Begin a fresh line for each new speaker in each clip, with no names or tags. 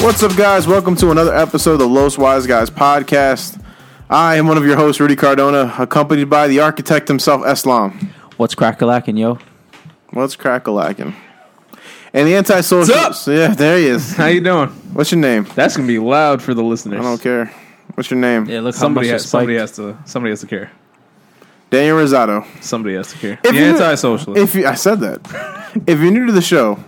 What's up, guys? Welcome to another episode of the Los Wise Guys podcast. I am one of your hosts, Rudy Cardona, accompanied by the architect himself, Eslam.
What's crackalacking, yo?
What's crack a lacking? And the antisocial.
What's
Yeah, there he is.
How you doing?
What's your name?
That's gonna be loud for the listeners.
I don't care. What's your name?
Yeah, look
Somebody
how much
has, somebody has to somebody has to care.
Daniel Rosado.
Somebody has to care.
If
the
you-
antisocialist.
If you, I said that. if you're new to the show,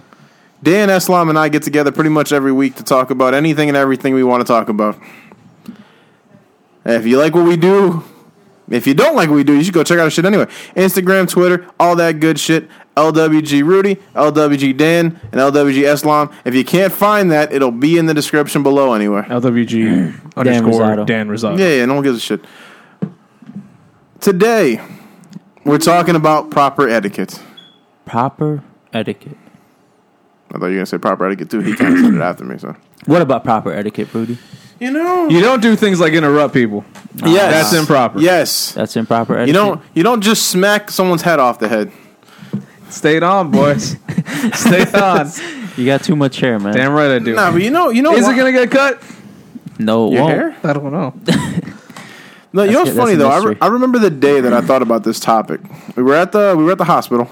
Dan Eslam and I get together pretty much every week to talk about anything and everything we want to talk about. If you like what we do, if you don't like what we do, you should go check out our shit anyway. Instagram, Twitter, all that good shit. LWG Rudy, LWG Dan, and LWG Eslam. If you can't find that, it'll be in the description below anyway.
LWG underscore
Rosado.
Dan Rosado.
Yeah, yeah, no one gives a shit. Today, we're talking about proper etiquette.
proper etiquette.
I thought you were gonna say proper etiquette too. He kind of said it after me, so
What about proper etiquette, Rudy?
you know,
You don't do things like interrupt people.
yes,
That's improper.
Yes,
That's improper etiquette.
you don't you don't just smack someone's head off the head.
Stay on, boys. Stay on.
you got too much hair, man.
Damn right I do.
Nah, but you know, you know,
Is
why-
it gonna get cut?
No, it
your
won't.
hair?
I don't know.
No, you know, what's
good. That's
funny
a
though. I, re-
mystery.
I remember the day that I thought about this topic. We were at the we were at the hospital,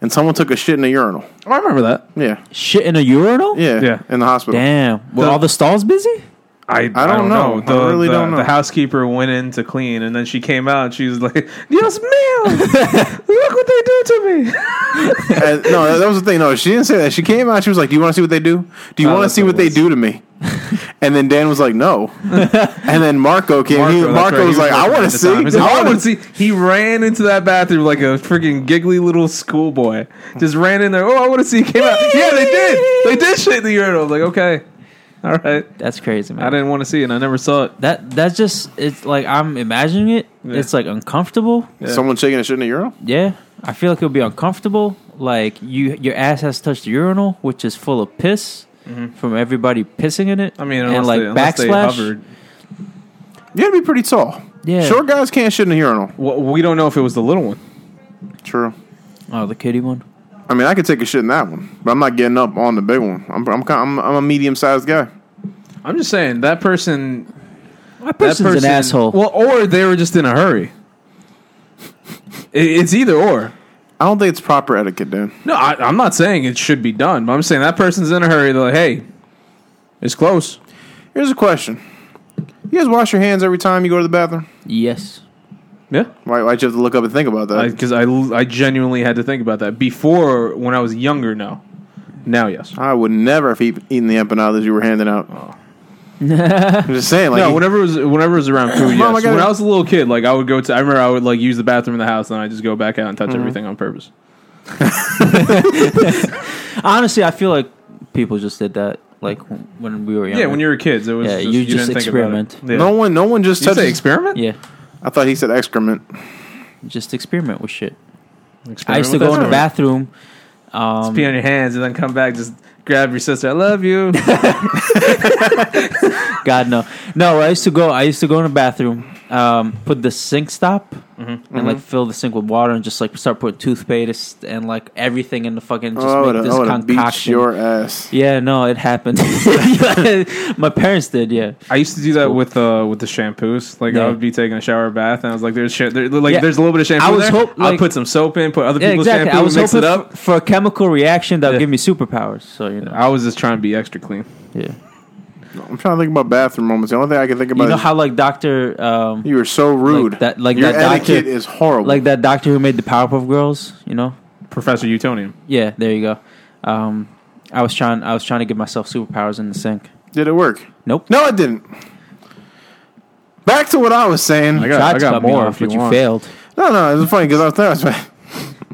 and someone took a shit in a urinal.
I remember that.
Yeah,
Shit in a urinal?
yeah,
Yeah.
in the hospital.
Damn. Were
The-
all the stalls busy?
I, I,
don't know.
The,
I really
the-
don't know.
The housekeeper went in to clean, and then she came out. and She was like, "Yes, ma'am. Look what they do to me."
And- no, that was the thing. No, she didn't say that. She came out. She was like, "Do you want to see what they do? Do you
Oh,
want to
that's
see
what
what
it
they
was.
do to me?" And then Dan was like, "No." and then Marco came. Marco, he,
that's
Marco
right, he
was like, "I
working
want
at the
to see.
time. He's like,
I
I
wanna
want to see. He ran into that bathroom like a freaking giggly little schoolboy. Just ran in there. Oh, I want to see. Came out. Yeah, they did. They did shit in the urinal. I'm like, okay, all right.
That's crazy, man.
I didn't want to see it. and I never saw it.
that that's just it's like I'm imagining it. It's like uncomfortable. Yeah.
Someone shaking a shit in a urinal?
I feel like it'll be uncomfortable. Like you your ass has touched the urinal, which is full of piss from everybody pissing in it.
Mm-hmm. I mean, unless
and like
they, unless they
backsplash.
hovered.
You gotta be pretty tall.
Yeah.
Short guys can't shit in a urinal.
Well, we don't know if it was the little one.
True.
Oh, the kitty one.
I mean, I could take a shit in that one, but I'm not getting up on the big one. I'm I'm kind I'm, I'm a medium sized guy.
I'm just saying that person.
That
That
person's
person,
an asshole.
Well, or they were just in a hurry. It- It's either or.
I don't think it's proper etiquette, dude.
No, I, I'm not saying it should be done, but I'm saying that person's in a hurry. They're like, hey, it's close.
Here's a question: You guys wash your hands every time you go to the bathroom?
yes.
Yeah.
Why why'd you have to look up and think about that?
because I, l- I genuinely had to think about that before when I was younger. No, now yes.
I would never have eat, eaten the empanadas you were handing out. I'm just saying, like,
No, whenever it was whenever it was around food.
Mom,
yes.
I gotta-
when I was a little kid, like I would go to. I remember I would like use the bathroom in the house, and I just go back out and touch everything on purpose.
Honestly, I feel like people just did that like when we were younger.
Yeah, when you were kids, it was.
Yeah,
just,
you
you,
just
didn't
experiment.
Think about it. Yeah.
no one, no one just
Did you say
touches.
experiment.
yeah,
I thought he said excrement.
just experiment with shit.
Experiment
I used to
with
go
that?
in the bathroom. um,
Pee on your hands and then come back. Just grab your sister. I love you.
God no, no. I used to go. I used to go in the bathroom, um, put the sink stop,
Mm-hmm,
and like fill the sink with water, and just like start putting toothpaste and like everything in the fucking just
Oh, I
make
would,
this
I would beat
concoction.
your ass.
yeah, no, it happened. My parents did. Yeah,
I used to do that with uh with the shampoos. Like
Yeah.
I would be taking a shower bath, and I was like, "There's shit. There, like
Yeah.
there's a little bit of shampoo.
I was
there.
hope-
I'll
like-
put some soap in, put other
yeah,
people's
exactly. I
shampoo,
was
mix
hoping
it up.
for, for a chemical reaction that'll
Yeah.
give me superpowers. So you know,
I was just trying to be extra clean.
yeah.
I'm trying to think about bathroom moments. The only thing I can think about
You know
is
how like Doctor, um,
you were so rude.
that- like
your
that doctor-
etiquette is horrible.
like that Doctor who made the Powerpuff Girls. You know,
Professor Utonium.
yeah, there you go. Um, I was trying, I was trying to give myself superpowers in the sink.
Did it work?
Nope.
No, it didn't. Back to what I was saying.
I got,
Tried
I
to
got
cut me
more
off,
if you,
but
want.
failed.
no, no, it's funny because I was, I was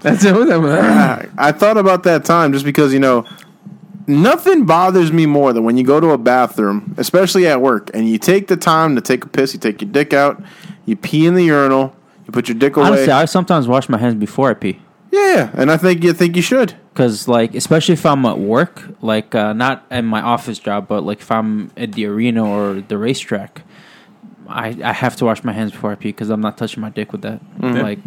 That's it.
ah.
I thought about that time just because you know Nothing bothers me more than when you go to a bathroom, especially at work, and you take the time to take a piss, you take your dick out, you pee in the urinal, you put your dick away.
Honestly, I sometimes wash my hands before I pee.
yeah, and I think you think you should.
Cause like, especially if I'm at work, like uh, not in my office job, but like if I'm at the arena or the racetrack, I I have to wash my hands before I pee because I'm not touching my dick with that.
Mm-hmm.
Like,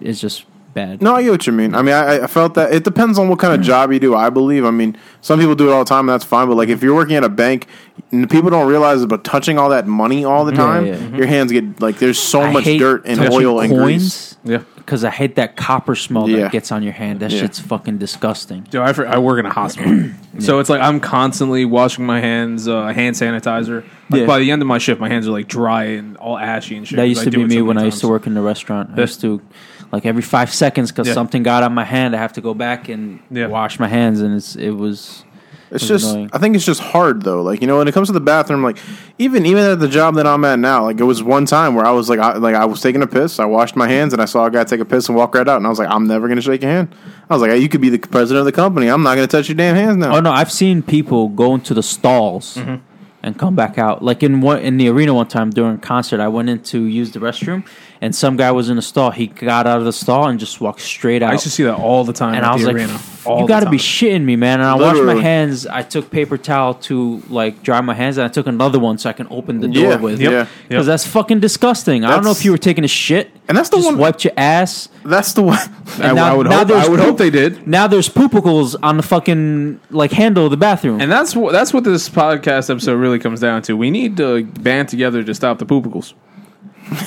it's just bad.
No, I get what you mean. I mean, I, I felt that it depends on what kind of
Hmm.
job you do. I believe. I mean, some people do it all the time, and that's fine. But like, if you're working at a bank, n- people don't realize it, but touching all that money all the time,
yeah. Mhm.
your hands get like there's so
I
much
hate
dirt and
touching
oil and grease.
Yeah.
Because I hate that copper smell
Yeah.
that gets on your hand. That
Yeah.
shit's fucking disgusting.
Dude, I, fr- I work in a hospital, so it's like I'm constantly washing my hands, uh, hand sanitizer. Like,
Yeah.
By the end of my shift, my hands are like dry and all ashy and shit.
That
'cause
used
I
to
do
be
it
me
so
when
many
I used to
times.
work in the restaurant. I used to, like every five seconds, because
Yeah.
something got on my hand, I have to go back and
Yeah.
wash my hands, and it's it was.
It's
It's
just,
annoying.
I think it's just hard though. Like you know, when it comes to the bathroom, like even even at the job that I'm at now, like it was one time where I was like, I, like I was taking a piss, I washed my hands, and I saw a guy take a piss and walk right out, and I was like, I'm never gonna shake your hand. I was like, hey, you could be the president of the company, I'm not gonna touch your damn hands now.
Oh no, I've seen people go into the stalls
Mm-hmm.
and come back out. Like in one in the arena one time during a concert, I went in to use the restroom, and some guy was in the stall. He got out of the stall and just walked straight out.
I used to see that all the time.
and
at
I was
the
like,
arena, all got
"You got to be shitting me, man!" And I washed
Literally.
my hands. I took paper towel to like dry my hands, and I took another one so I can open the door
Yeah,
with.
yep,
because
yep.
that's fucking disgusting. I don't know
That's-
if you were taking a shit,
And that's the
just
one-
wiped your ass.
That's the one.
I,
now-
I would,
now
hope,
there's
I would hope
poop.
they did.
Now there's poopicles on the fucking like handle of the bathroom.
And that's what that's what this podcast episode really comes down to. We need to band together to stop the poopicles.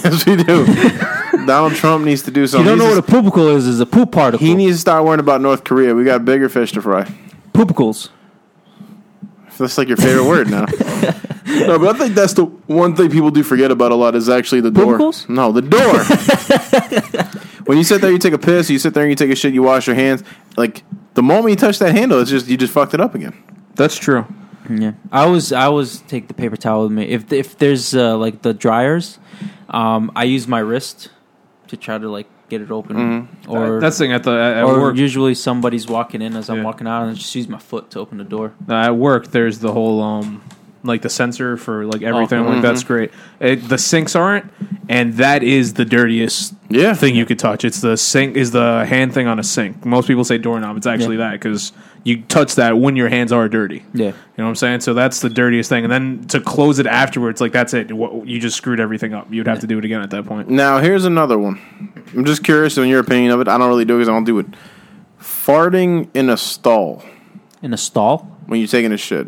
Yes, we do. Donald Trump needs to do
you
something.
don't
He's
know what a
just-
poopicle is? Is a poop particle?
he needs to start worrying about North Korea. We got bigger fish to fry.
poopicles.
That's like your favorite word now. No, but I think that's the one thing people do forget about a lot is actually the door.
Poopicles?
No, the door. when you sit there, you take a piss. You sit there and you take a shit. You wash your hands. Like the moment you touch that handle, it's just you just fucked it up again.
That's true.
Yeah, I always I always take the paper towel with me. If if there's uh, like the dryers, um, I use my wrist to try to like get it open.
Mm-hmm.
Or
that's the thing at the at, at
or
work.
usually somebody's walking in as I'm
Yeah.
walking out, and I just use my foot to open the door.
Uh, at work, there's the whole um, like the sensor for like everything.
Mm-hmm.
Like that's great. It, the sinks aren't, and that is the dirtiest
Yeah.
thing you could touch. It's the sink is the hand thing on a sink. Most people say doorknob. It's actually that 'cause that because you touch that when your hands are dirty.
Yeah.
You know what I'm saying? So that's the dirtiest thing. And then to close it afterwards, like that's it. Wha- You just screwed everything up. You'd have to do it again at that point.
Now here's another one. I'm just curious on your opinion of it. I don't really do it because I don't do it. Farting in a stall.
In a stall.
when you're taking a shit,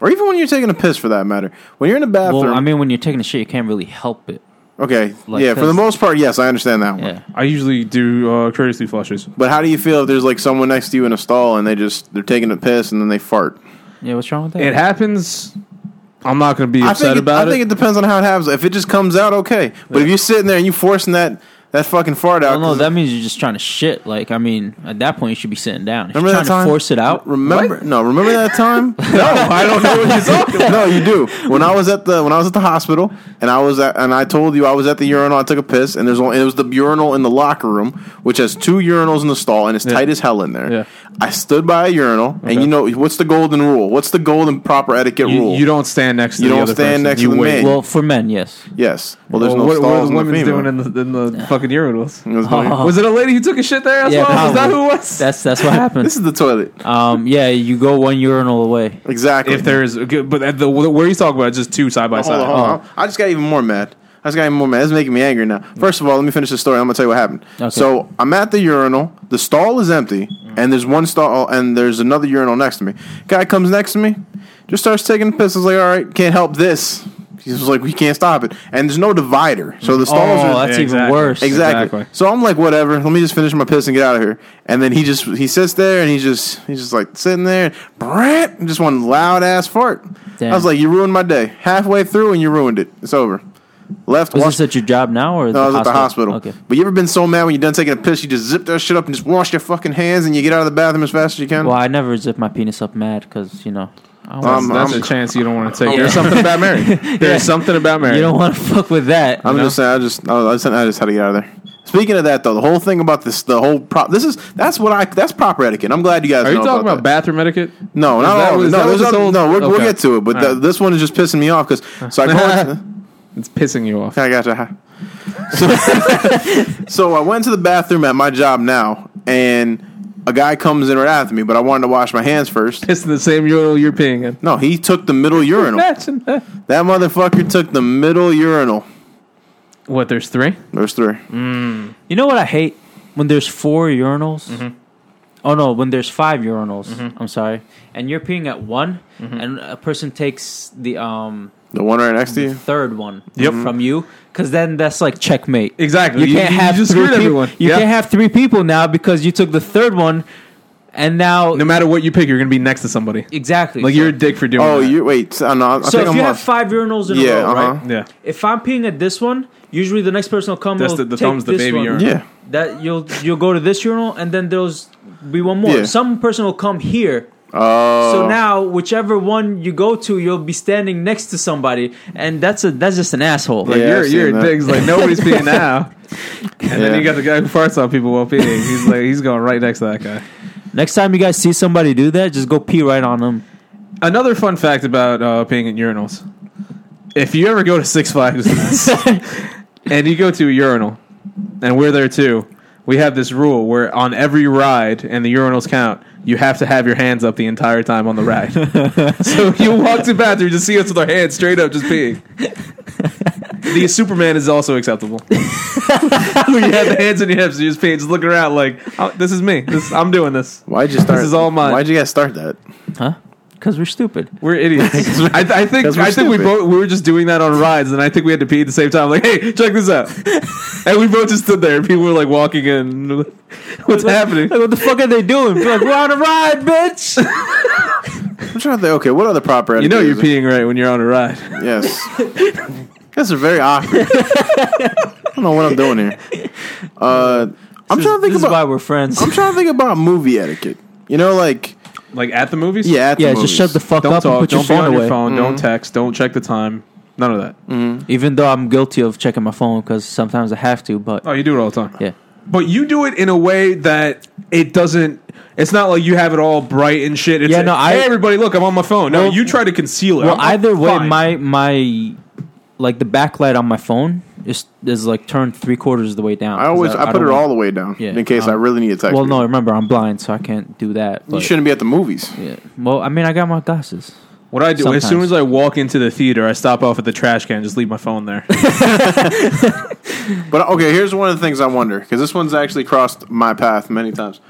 or even when you're taking a piss for that matter. When you're in a bathroom,
Well, I mean, when you're taking a shit, you can't really help it.
okay,
like,
yeah, for the
'cause-
most part, yes, I understand that one.
Yeah.
I usually do uh, courtesy flushes.
But how do you feel if there's like someone next to you in a stall and they just they're taking a piss and then they fart?
Yeah. What's wrong with that?
It happens. I'm not going to be
I
upset
think it,
about
I
it.
think it depends on how it happens. If it just comes out, okay. But if you're sitting there and you're forcing that that fucking fart out,
well, no,
'cause-
that means you're just trying to shit. Like, I mean, at that point, you should be sitting down. If
remember
you're
that
trying
time?
to force it out.
Remember? No, remember that time?
I don't know what you're talking about.
no, you do. When I was at the when I was at the hospital, and I was at, and I told you I was at the urinal. I took a piss, and there's only it was the urinal in the locker room, which has two urinals in the stall, and it's tight as hell in there.
Yeah.
I stood by a urinal, and you know what's the golden rule? What's the golden proper etiquette
You,
rule?
you don't stand next to
You
the
don't
other
stand
person.
next to
you
the
wait.
man.
Well, for men, yes.
yes. Well, there's no
what, what are the
stalls in the
women's
female.
doing in the, in the fucking urinals?
There's no-
Was it a lady who took a shit there as
yeah,
well? Is that
probably.
who it was?
That's that's what
This
happens.
is the toilet.
um, yeah, you go one urinal away.
Exactly.
if there is, okay, but at the where he's talking about is just two side by
Hold
side.
on, hold on.
Uh-huh.
I just got even more mad. I just got even more mad. This is making me angry now. First of all, let me finish the story. I'm gonna tell you what happened.
Okay. Mm.
So I'm at the urinal. The stall is empty, and there's one stall, and there's another urinal next to me. Guy comes next to me, just starts taking a piss. I was like, all right, can't help this. He's just like, we can't stop it. And there's no divider, so the stalls
Oh,
are
that's
Yeah,
even
exactly.
worse.
exactly.
Exactly.
So I'm like, whatever. Let me just finish my piss and get out of here. And then he just he sits there and he's just he's just like sitting there, brat, and just one loud ass fart.
Damn.
I was like, you ruined my day. Halfway through and you ruined it. It's over. Left.
Was
washed-
this at your job now or
no, I was at the hospital.
Okay.
But you ever been so mad when you're done taking a piss, you just zip that shit up and just wash your fucking hands and you get out of the bathroom as fast as you can?
Well, I never zip my penis up mad because you know I don't
Um,
wanna-
That's
I'm-
a chance you don't want to take.
Yeah.
There's something about Mary. There's something about Mary.
you don't want to fuck with that.
I'm
you know?
just saying, I just, I, was, I just had to get out of there. It's Speaking of that, though, the whole thing about this, the whole prop. This is that's what I. That's proper etiquette. I'm glad you guys.
Are you
know
talking
about
about
that.
bathroom etiquette?
No,
Is
not
that-
all. of it.
is that
No,
what
there's
this
other-
whole-
no. We're, we'll
okay.
get to it, but th-
Alright.
this one is just pissing me off because so I called.
It's pissing you off.
I gotcha. So, so I went to the bathroom at my job now, and a guy comes in right after me, but I wanted to wash my hands first.
It's the same urinal you're peeing in.
No, he took the middle urinal. That
Imagine that.
motherfucker took the middle urinal.
What? There's three.
There's three.
You know what I hate? When there's four urinals.
Mm-hmm.
Oh no, when there's five urinals. I'm sorry. And you're peeing at one,
Mm-hmm.
and a person takes the um
The one right next to you.
third one
Yep.
Mm-hmm.
from you, because then that's like checkmate.
Exactly.
You,
You-
can't
you
have
just
three
screwed
peop-
everyone.
You
Yeah.
can't have three people now because you took the third one, and now
No matter what you pick, you're gonna be next to somebody.
exactly
Like
so,
you're a dick for doing.
Oh,
that.
you wait. So, no, I I
So
think
if
I'm
you have
lost.
five urinals in
Yeah,
a row,
uh-huh.
right?
Yeah.
If I'm peeing at this one, usually the next person will come.
That's
will
the- the
take
thumb's the
this
baby
one.
urinal.
Yeah.
that you'll you'll go to this urinal and then there'll be one more.
Yeah.
Some person will come here.
Oh.
So now whichever one you go to, you'll be standing next to somebody, and that's a that's just an asshole.
Like
Yeah,
you're
I've
you're
seen
a
that.
dick. It's like nobody's peeing now. And
Yeah.
then you got the guy who farts on people while peeing. He's like he's going right next to that guy.
Next time you guys see somebody do that, just go pee right on them.
Another fun fact about uh, peeing in urinals: if you ever go to Six Flags and you go to a urinal, and we're there too, we have this rule where on every ride, and the urinals count, you have to have your hands up the entire time on the ride. so you walk to the bathroom, just see us with our hands straight up, just peeing. The Superman is also acceptable. Where you have the hands on your hips, you just peeing, just looking around like, oh, "This is me. This, I'm doing this."
Why'd you start?
is all mine.
Why'd you guys start that?
Huh? Because we're stupid.
We're idiots. I, I think
Because we're
I think we
stupid.
both we were just doing that on rides, and I think we had to pee at the same time. Like, hey, check this out! and we both just stood there, and people were like walking in. What's happening?
Like, what the fuck are they doing? Be like, we're on a ride, bitch.
I'm trying to think. Okay, what other proper?
You know you're
etiquette
peeing right when you're on a ride.
is it? Yes. That's a very awkward. I don't know what I'm doing here. Uh, I'm trying to think
this is
about.
why we're friends.
I'm trying to think about movie etiquette. You know, like
Like at the movies.
yeah, at the
yeah,
movies.
just shut the fuck
Don't
up and
talk.
put your
Don't be
phone
on
away. Mm-hmm.
your phone.
Mm.
Don't text. Don't check the time. None of that.
Even though I'm guilty of checking my phone because sometimes I have to, but
Oh, you do it all the time.
yeah.
But you do it in a way that it doesn't. It's not like you have it all bright and shit. It's
Yeah, no, I-
hey everybody, look, I'm on my phone. No,
Well-
you try to conceal it. I'm-
Well,
I'm
either way,
fine.
my my like the backlight on my phone is is like turned three quarters of the way down.
I always
'cause
I, put
don't
it all
want-
the way down
Yeah,
in case I
um,
really need a text.
Well,
me.
no, remember I'm blind, so I can't do that.
you
but-
shouldn't be at the movies.
Yeah. Well, I mean, I got my glasses.
What I do as soon
Sometimes.
as I walk into the theater, I stop off at the trash can, and just leave my phone there.
But okay, here's one of the things I wonder because this one's actually crossed my path many times.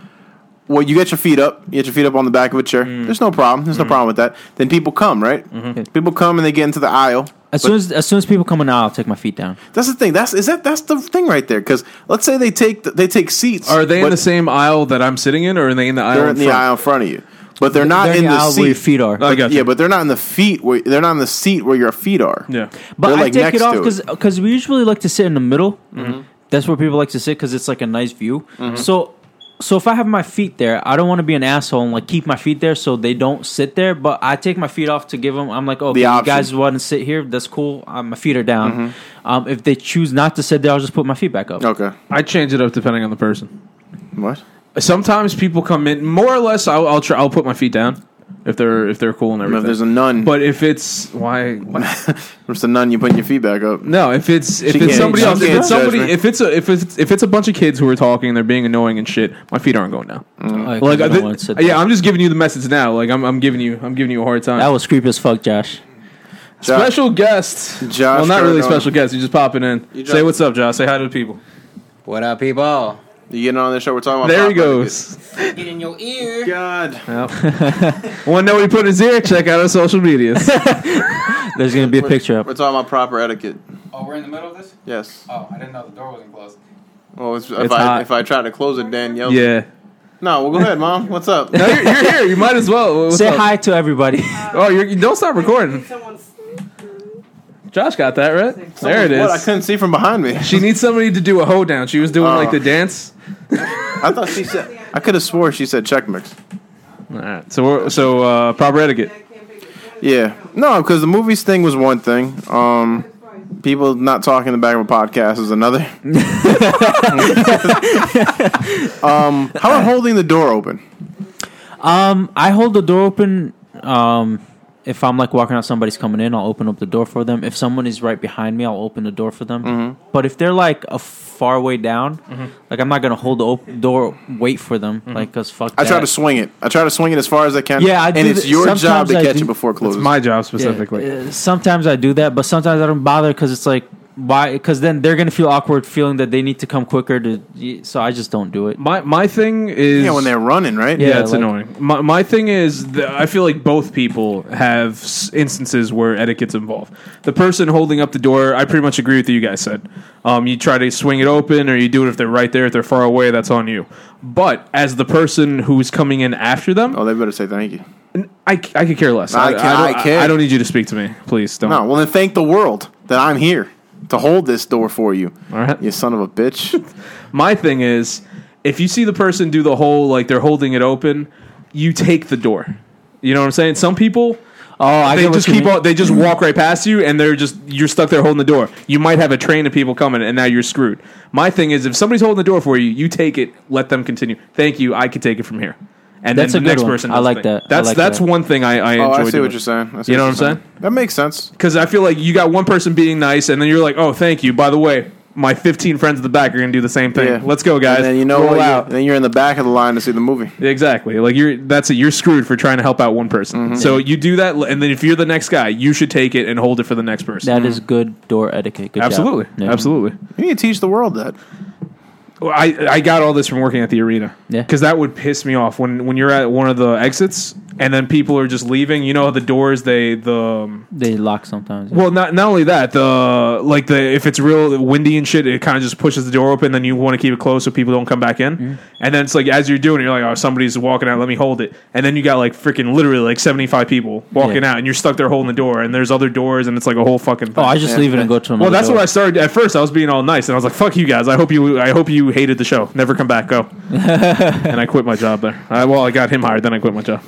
Well, you get your feet up, you get your feet up on the back of a chair.
Mm.
There's no problem. There's no problem with that. Then people come, right?
Mm-hmm.
People come and they get into the aisle.
As soon as as soon as people come in, I'll take my feet down.
That's the thing. That's is that that's the thing right there. Because let's say they take they take seats.
Are they
but
in the same aisle that I'm sitting in, or are they in the aisle?
They're
in
in the
front?
aisle in front of you, but they're not
They're
in
the
the
aisle where your
seat.
feet are.
I got you.
Yeah, but they're not in the feet. Where, they're not in the seat where your feet are.
yeah.
but
they're,
I
like,
take
next
it off
to it.
because we usually like to sit in the middle.
Mm-hmm.
That's where people like to sit because it's like a nice view. So so if I have my feet there, I don't want to be an asshole and like keep my feet there so they don't sit there. But I take my feet off to give them. I'm like, oh,
The
you
option.
guys want to sit here? That's cool. Um, my feet are down.
Mm-hmm.
Um, if they choose not to sit there, I'll just put my feet back up.
Okay.
I change it up depending on the person.
What?
Sometimes people come in more or less. I'll I'll, try, I'll put my feet down if they're if they're cool and
If
everything.
there's a nun, but
but if it's why
if there's a nun, you putting your feet back up.
no if it's if
She
it's
can't-
somebody
she
else if
can't
it's somebody
judge me.
if it's a if it's if it's a bunch of kids who are talking and they're being annoying and shit my feet aren't going down
Like,
like
I Mm. don't
I thi-
wanna sit
yeah
there.
I'm just giving you the message now like I'm I'm giving you I'm giving you a hard time
that was creepy as fuck, Josh.
Josh-
Special guest.
Josh
well, not really
Cardone.
special guest. You just popping in.
just-
Say what's up, Josh. Say hi to the people.
What up, people?
You getting on the show? We're talking about.
there he
pop
goes.
etiquette.
Get in your ear.
God.
Want to know what he put in his ear? Check out our social medias.
There's gonna be a picture up.
We're talking about proper etiquette.
Oh, we're in the middle of this?
Yes.
Oh, I didn't know the door wasn't closed.
Well, it's, if
It's
I
hot.
if I try to close it, Dan yells.
yeah.
No, well, go ahead, mom. What's up?
No, you're, you're here. You might as well. What's
Say
up?
hi to everybody.
Oh, you're, you don't stop recording. Josh got that right. There it
What? I
is.
couldn't see from behind me.
She needs somebody to do a hoedown. She was doing like the
Uh.
dance.
I thought she said. I could have swore she said check mix.
All right. So we're, so uh, proper etiquette.
Yeah. No, because the movies thing was one thing. Um, people not talking in the back of a podcast is another. um, how about holding the door open?
Um, I hold the door open. Um, if I'm like walking out, somebody's coming in, I'll open up the door for them. If someone is right behind me, I'll open the door for them.
Mm-hmm.
But if they're like a far way down, like I'm not gonna hold the op- door, wait for them, like cause fuck.
I try
that.
to swing it. I try to swing it as far as I can.
Yeah, I do
and it's
th-
your
sometimes
job to
I
catch
do-
it before it
It's
closes.
my job
Yeah,
specifically.
uh, sometimes I do that, but sometimes I don't bother because it's like why? Because then they're gonna feel awkward, feeling that they need to come quicker. To y- so I just don't do it.
My my thing is
yeah, when they're running, right?
yeah,
Yeah,
it's
like-
annoying. My my thing is th- I feel like both people have s- instances where etiquette's involved. The person holding up the door, I pretty much agree with what you guys said. Um, you try to swing it open, or you do it if they're right there. If they're far away, that's on you. But as the person who's coming in after them,
Oh, they better say thank you.
I, c- I could care less. I,
I ca-
I,
I
don't,
care.
I, don't need you to speak to me. Please don't.
No, well then thank the world that I'm here to hold this door for you.
All right.
You son of a bitch.
My thing is, if you see the person do the whole like they're holding it open, you take the door. You know what I'm saying? Some people,
Oh, I
they
get what
just
you
keep
mean.
on. They just walk right past you, and they're just you're stuck there holding the door. You might have a train of people coming, and now you're screwed. My thing is, if somebody's holding the door for you, you take it. Let them continue. Thank you. I could take it from here. And
That's
then
a
the
good
next
one.
person.
I
does the
like
thing.
that. I
That's
like
that's
that.
one thing I, I
oh,
enjoy
I see
doing.
what you're saying. I see
You know what I'm
you're That makes sense.
Because I feel like you got one person being nice, and then you're like, "Oh, thank you." By the way, my 15 friends at the back are gonna do the same thing.
Yeah.
Let's go, guys.
And then you know
Roll
what? You-
out.
then you're in the back of the line to see the movie.
Exactly. Like you're that's it. You're screwed for trying to help out one person.
Mm-hmm.
So you do that, and then if you're the next guy, you should take it and hold it for the next person.
That is good door etiquette. Good job.
absolutely,
Yeah.
absolutely.
You need to teach the world that.
Well, I I got all this from working at the arena.
Yeah.
Because that would piss me off when when you're at one of the exits and then people are just leaving. You know the doors they the. um,
They lock sometimes. yeah.
Well, not not only that, the like the if it's real windy and shit, it kind of just pushes the door open. Then you want to keep it closed so people don't come back in.
Mm-hmm.
And then it's like as you're doing it, you're like, oh, somebody's walking out. Let me hold it. And then you got like freaking literally like 75 people walking
Yeah.
out, and you're stuck there holding the door. And there's other doors, and it's like a whole fucking. Thing.
oh, I just
Yeah.
leave it and go to another.
well, that's
door.
what I started at first. I was being all nice, and I was like, "Fuck you guys! I hope you, I hope you hated the show. Never come back. Go." and I quit my job there. I, well, I got him hired, then I quit my job.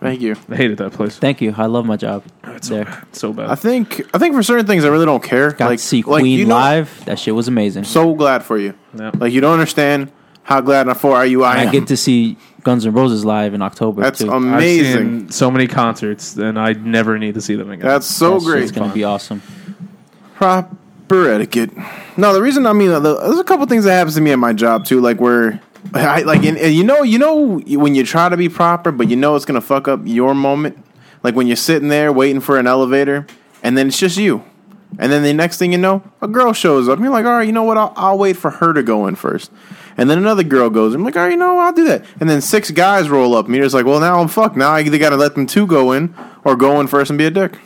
Thank you.
I hated that place
Thank you. I love my job. there.
so bad.
I think I think for certain things I really don't care.
Got
like
to see
like,
Queen
you know-
live. That shit was amazing.
So glad for you.
Yeah.
Like you don't understand how glad and for you I
I
am.
get to see Guns N' Roses live in October.
That's
too.
I've
amazing.
seen so many concerts, and I never need to see them again.
That's so
That
great.
shit's gonna be awesome.
proper etiquette. No, the reason I mean, the- there's a couple things that happens to me at my job too, like where I like, and, and you know, you know, when you try to be proper, but you know it's gonna fuck up your moment. Like when you're sitting there waiting for an elevator, and then it's just you. And then the next thing you know, a girl shows up. And you're like, all right, you know what? I'll, I'll wait for her to go in first. And then another girl goes. I'm like, all right, you know, I'll do that. And then six guys roll up. And you're just like, well, now I'm fucked. Now I either got to let them two go in or go in first and be a dick.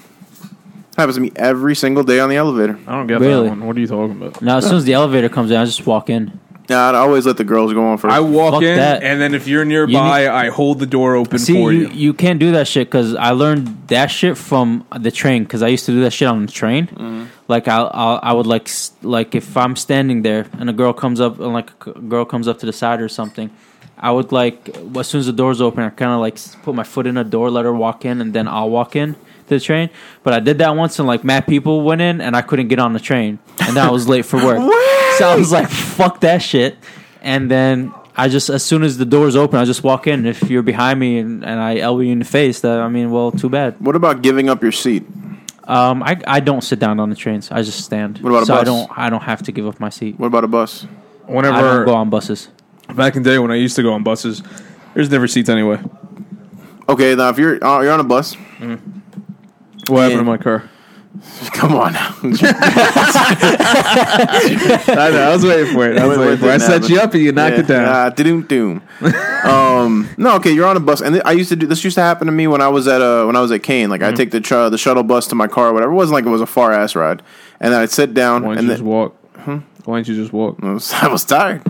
Happens to me every single day on the elevator.
I don't get
Really?
that one. What are you talking about?
Now, as soon as the elevator comes in, I just walk in.
Nah, I'd always let the girls go on first.
I walk
Fuck
in,
that.
and then if you're nearby, I hold the door open
See,
for you.
you, you can't do that shit because I learned that shit from the train because I used to do that shit on the train.
Mm-hmm.
Like I, I, I would like s- like if I'm standing there and a girl comes up and like a girl comes up to the side or something, I would like as soon as the doors open, I kind of like s- put my foot in a door, let her walk in, and then I'll walk in to the train. But I did that once and like mad people went in and I couldn't get on the train and then I was late for work. so I was like, fuck that shit, and then. I just as soon as the doors open, I just walk in. If you're behind me and, and I elbow you in the face, that I mean, well, too bad.
what about giving up your seat?
Um, I, I don't sit down on the trains. I just stand.
What about a
so I
bus?
don't I don't have to give up my seat.
What about a bus?
Whenever
I don't go on buses.
back in the day when I used to go on buses, there's never seats anyway.
Okay, now if you're uh, you're on a bus,
What
Yeah.
happened to my car?
come on. now.
I, know, I was waiting for it. I was
What-
waiting
what
for it. I
didn't
set you
happen?
up, and you knocked it down.
Ah, doom doom. um, no, okay, you're on a bus, and th- I used to do this. Used to happen to me when I was at uh when I was at Kane. Like I
Mm-hmm.
would take the tr- the shuttle bus to my car, or whatever. It wasn't like it was a far ass ride, and then I'd sit down,
Why don't
and
you
then,
just walk? Why don't you just walk?
I was, I was tired.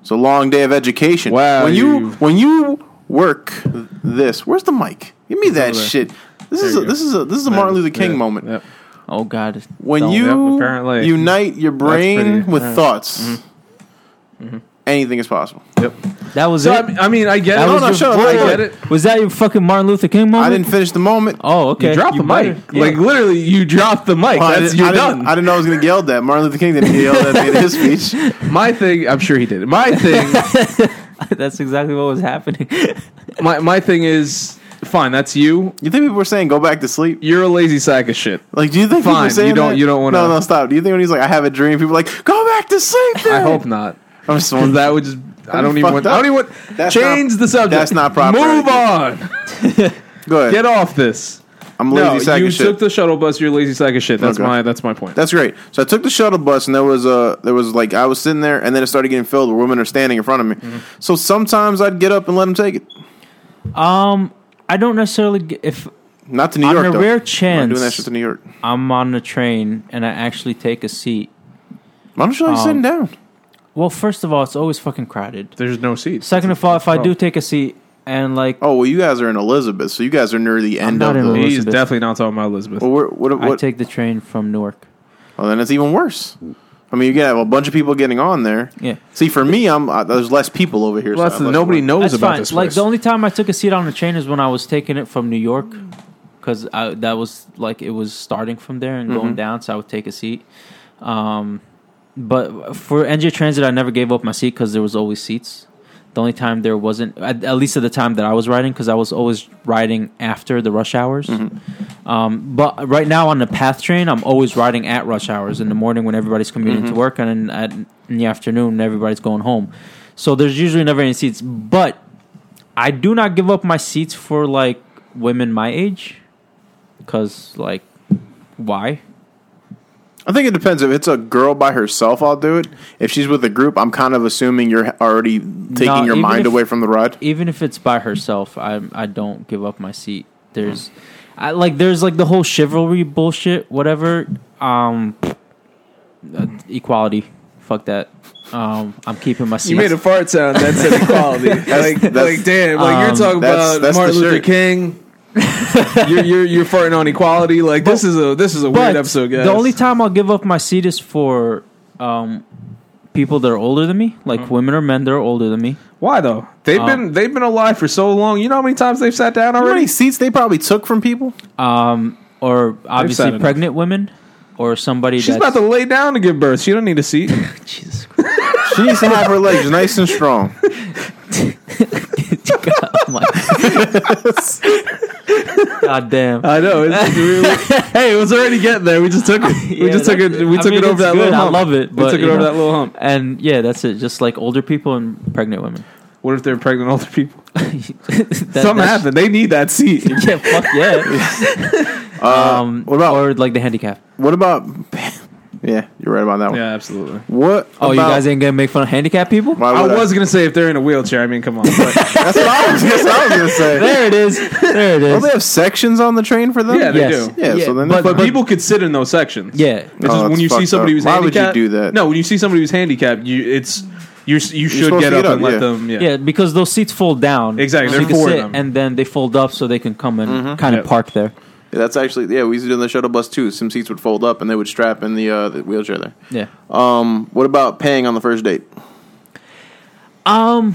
It's a long day of education.
Wow,
When you,
you-
when you work this, where's the mic? Give me that
over there.
shit. This is
you
a,
go.
this is a this is a Martin Luther King
Yeah,
moment.
yeah.
Oh God!
when
Don't.
you
Yep, apparently.
unite your brain
pretty- Mm-hmm.
with
alright. Mm-hmm.
thoughts, anything is possible.
Yep.
That was
So
it.
I mean, I, mean, I get
That
it.
was
no,
your-
shut up.
I
I
get it.
was that your fucking Martin Luther King moment?
I didn't finish the moment.
Oh, okay.
You drop the mic.
better- yeah.
Like literally, you drop the mic.
Well, I
That's
didn't-
you're
I didn't-
done.
I didn't know I was going to yell that. Martin Luther King didn't yell that in his speech.
my thing, I'm sure he did. My thing,
That's exactly what was happening.
my my thing is fine. That's you.
You think people were saying go back to sleep?
You're a lazy sack of shit.
Like, do you think people
Fine,
were saying
you don't-
that?
you don't wanna-
No, no, stop. Do you think when he's like, I have a dream, people are like, go back to sleep? Then?
I hope not.
I'm just
'Cause that would just. I don't even
fucked
want. I
up.
don't even want.
That's
change
not-
the subject.
that's not proper
Move on.
Go ahead.
Get off this.
I'm a lazy
No,
sack
you
of shit.
took the shuttle bus. You're a lazy sack of shit. That's
Okay.
my. That's my point.
That's great. So I took the shuttle bus, and there was a there was like I was sitting there, and then it started getting filled where women are standing in front of me.
Mm-hmm.
So sometimes I'd get up and let them take it.
um, I don't necessarily g if
Not to New
On
York.
a
though.
rare
I'm not
chance.
doing that shit to New York.
I'm on the train and I actually take a seat.
Why don't you like sitting down?
Well, first of all, it's always fucking crowded.
There's no seats.
Second of all, if I
problem.
do take a seat and like
Oh well, you guys are in Elizabeth, so you guys are near the end
not
of
in
the.
He's
Elizabeth.
definitely not talking about Elizabeth.
Well, what? What?
I
what
take the train from Newark,
well, then it's even worse. I mean, you can have a bunch of people getting on there.
Yeah.
See, for me, I'm uh, there's less people over here.
Plus,
so I'm
nobody
like,
knows
that's
about
fine.
this.
Like
place.
the only time I took a seat on the train is when I was taking it from New York, because that was like it was starting from there and
Mm-hmm.
going down, so I would take a seat. Um, but for NJ Transit, I never gave up my seat because there was always seats. The only time there wasn't, at, at least at the time that I was riding, because I was always riding after the rush hours.
Mm-hmm.
Um, but right now on the path train, I'm always riding at rush hours in the morning when everybody's commuting
Mm-hmm.
to work, and in, at, in the afternoon when everybody's going home. So there's usually never any seats. But I do not give up my seats for like women my age, because like why?
I think it depends. If it's a girl by herself, I'll do it. If she's with a group, I'm kind of assuming you're already taking
No,
your
even
mind
if-
away from the ride.
even if it's by herself, I I don't give up my seat. There's,
Mm-hmm.
I like there's like the whole chivalry bullshit, whatever. Um, uh, equality, fuck that. Um, I'm keeping my seat.
You made a fart sound. That's inequality. like,
that's-
like, damn. Like, you're
Um,
talking
that's-
about
that's the
Martin Luther
shirt.
King. you're, you're you're farting on equality. Like, this is a this is a
but
weird episode, guys.
the only time I'll give up my seat is for um people that are older than me, like
Mm-hmm.
women or men that are older than me.
Why though? They've been they've been alive for so long. You know how many times they've sat down
How many
already?
seats they probably took from people?
Um, or
said
obviously
enough.
pregnant women, or somebody
She's about
that's
to lay down to give birth. She don't need a seat.
Jesus
She needs to have her legs nice and strong.
God, God damn.
I know. It's really, Uh, hey, it was already getting there. We just took it. We
Yeah,
just took it.
that's
We
I
took it
mean,
over
it's
that
good.
little
I
hump.
love it,
we
but,
took it
you
over
know.
that little hump.
And yeah, that's it. Just like older people and pregnant women.
What if they're pregnant older people?
That-
Something
that's-
happened. They need that seat.
Yeah, fuck yeah.
Uh,
um,
what about-
or like the handicap?
What about? Yeah, you're right about that one.
yeah, absolutely.
What?
Oh, you
about-
guys ain't gonna make fun of handicap people?
Why
I
would
was gonna say if they're in a wheelchair. I mean, come on. But
That's what I was, that's what I was gonna say.
There it is. There it
Don't
is.
they have sections on the train for them?
yeah, Oh, they
Yes.
do.
yeah. So then,
But, people could sit in those sections.
Yeah.
It's
Oh,
just when
that's
you see
fucked
somebody
up.
who's
Why would you
handicapped.
do that?
No, when you see somebody who's handicapped, you it's you're, you should
supposed
get
to
up
get up,
and let
yeah.
them. Yeah.
Yeah, because those seats fold down.
Exactly,
So
they're
you can
for
sit,
them. Mm-hmm.
And then they fold up so they can come and kind of
Yeah.
park there.
Yeah, that's actually yeah. We used to do it in the shuttle bus too. Some seats would fold up, and they would strap in the uh, the wheelchair there.
Yeah.
Um, what about paying on the first date?
Um,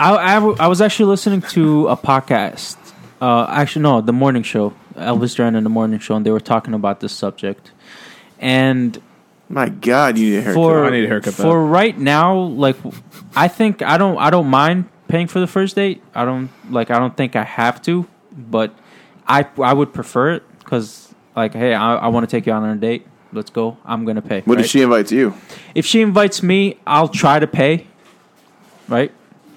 I, I, w- I was actually listening to a podcast. Uh, actually, no, the morning show. Elvis Duran and the morning show, and they were talking about this subject. And
My God, you need a haircut.
for
I need a haircut,
for right now, like I think I don't I don't mind paying for the first date. I don't like I don't think I have to, but I I would prefer it because like hey I, I want to take you out on a date. Let's go. I'm gonna pay.
what
right?
if she invites you?
If she invites me, I'll try to pay. Right.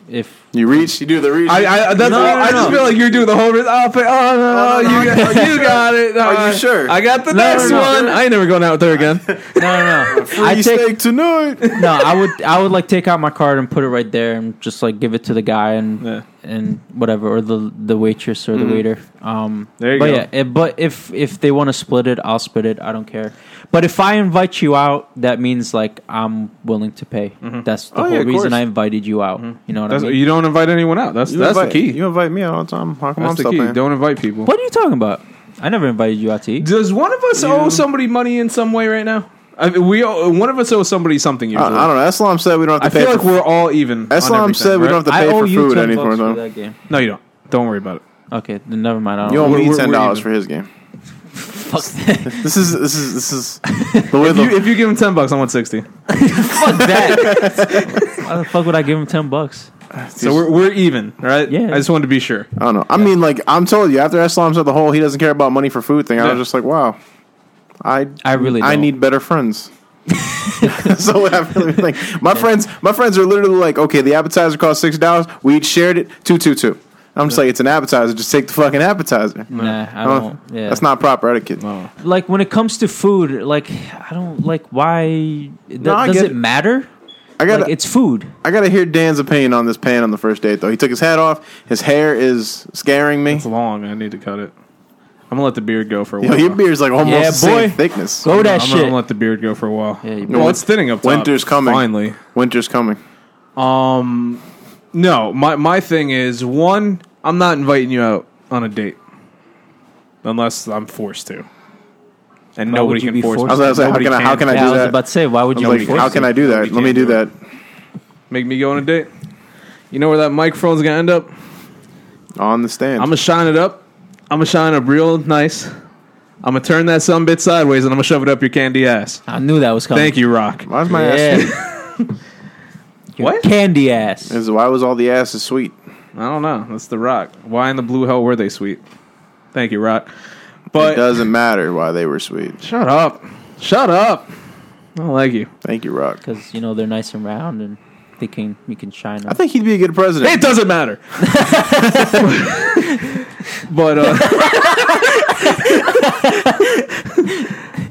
If
You reach, you do the reach.
I, I, that's
No,
all-
no,
I just
no.
feel like you're doing the whole. Oh, oh, no, no,
no,
you,
I
got, you got it.
Are you
Uh,
sure?
I got the next
no, no.
one. I ain't never going out with her again.
no no no
Free
I take
steak tonight.
no, I would I would like take out my card and put it right there and just like give it to the guy and
Yeah.
and whatever or the the waitress or
Mm-hmm.
the waiter. Um,
There you
but
go.
yeah, it- but if if they want to split it, I'll split it. I don't care. But if I invite you out, that means like I'm willing to pay. That's the
Oh, yeah,
whole
of
reason
course. Mm-hmm.
I invited you out. You know what
That's,
I mean?
you don't invite anyone out. That's
You
that's
invite-
the key.
You invite me out all the time. How come
That's
I'm
the
still
key.
paying?
Don't invite people.
what are you talking about? I never invited you out to eat.
Does one of us owe somebody money in some way right now? I mean, we all- one of us owes somebody something.
I
Usually.
don't, Uh, I don't know. Islam said we don't
I
have to
feel
pay.
like
for,
we're all even. on
Islam
everything,
said we
right?
don't have to pay for food anymore.
for
Though
that game.
No, you don't. Don't worry about it.
Okay, then never mind. I
you
don't
owe
We're-
me
we're-
ten
we're
dollars
even.
for his game.
fuck that.
This is this is this is the way
If you,
the
if you give him ten bucks, I want sixty.
fuck that. Why the fuck would I give him ten bucks?
So we're, we're even, right?
Yeah.
I just wanted to be sure.
I don't know. I mean, like I'm told you after Islam said the whole he doesn't care about money for food thing. I
Yeah.
was just like, wow, I
I really. Don't.
I need better friends. so what I really think. My friends, my friends are literally like, okay, the appetizer cost six dollars. We each shared it two two two. I'm just like, it's an appetizer. Just take the fucking appetizer.
Nah, I
Uh,
don't. Yeah,
That's not proper etiquette.
like when it comes to food. Like I don't like why. Th-
I
does
get
it,
it.
matter?
I gotta,
like it's food.
I gotta hear Dan's opinion on this pan on the first date though. He took his hat off. His hair is scaring me.
It's long. I need to cut it. I'm gonna let the beard go for a while.
Yo, your beard's like almost
Yeah,
the same
boy.
thickness.
Go that
I'm
shit.
gonna let the beard go for a while.
Yeah, you
well, it's thinning up. Top,
Winter's coming.
Finally.
Winter's coming.
Um, no. My my thing is one. I'm not inviting you out on a date unless I'm forced to, and
Why
nobody
would you
can
be
force.
forced
I was
me.
gonna say, how
Nobody
can I, how can I
yeah, I
do
was
that?
about to say why would
I'm
you?
like,
force
how can
it?
I do that?
You
Let me
can't
do
do it.
that.
make me go on a date? You know where that microphone's gonna end up?
on the stand.
I'm gonna shine it up. I'm gonna shine it up real nice. I'm gonna turn that some bit sideways, and I'm gonna shove it up your candy ass.
I knew that was coming.
Thank you, Rock.
Why's my ass?
Yeah. Your
What?
Candy ass.
Is why was all the asses sweet?
I don't know. That's the Rock. Why in the blue hell were they sweet? Thank you, Rock.
it
But
doesn't matter why they were sweet.
shut up. Shut up. I don't like you.
Thank you, Rock.
Because you know they're nice and round, and they can you can shine.
I
Them.
think he'd be a good president.
It doesn't matter. but uh,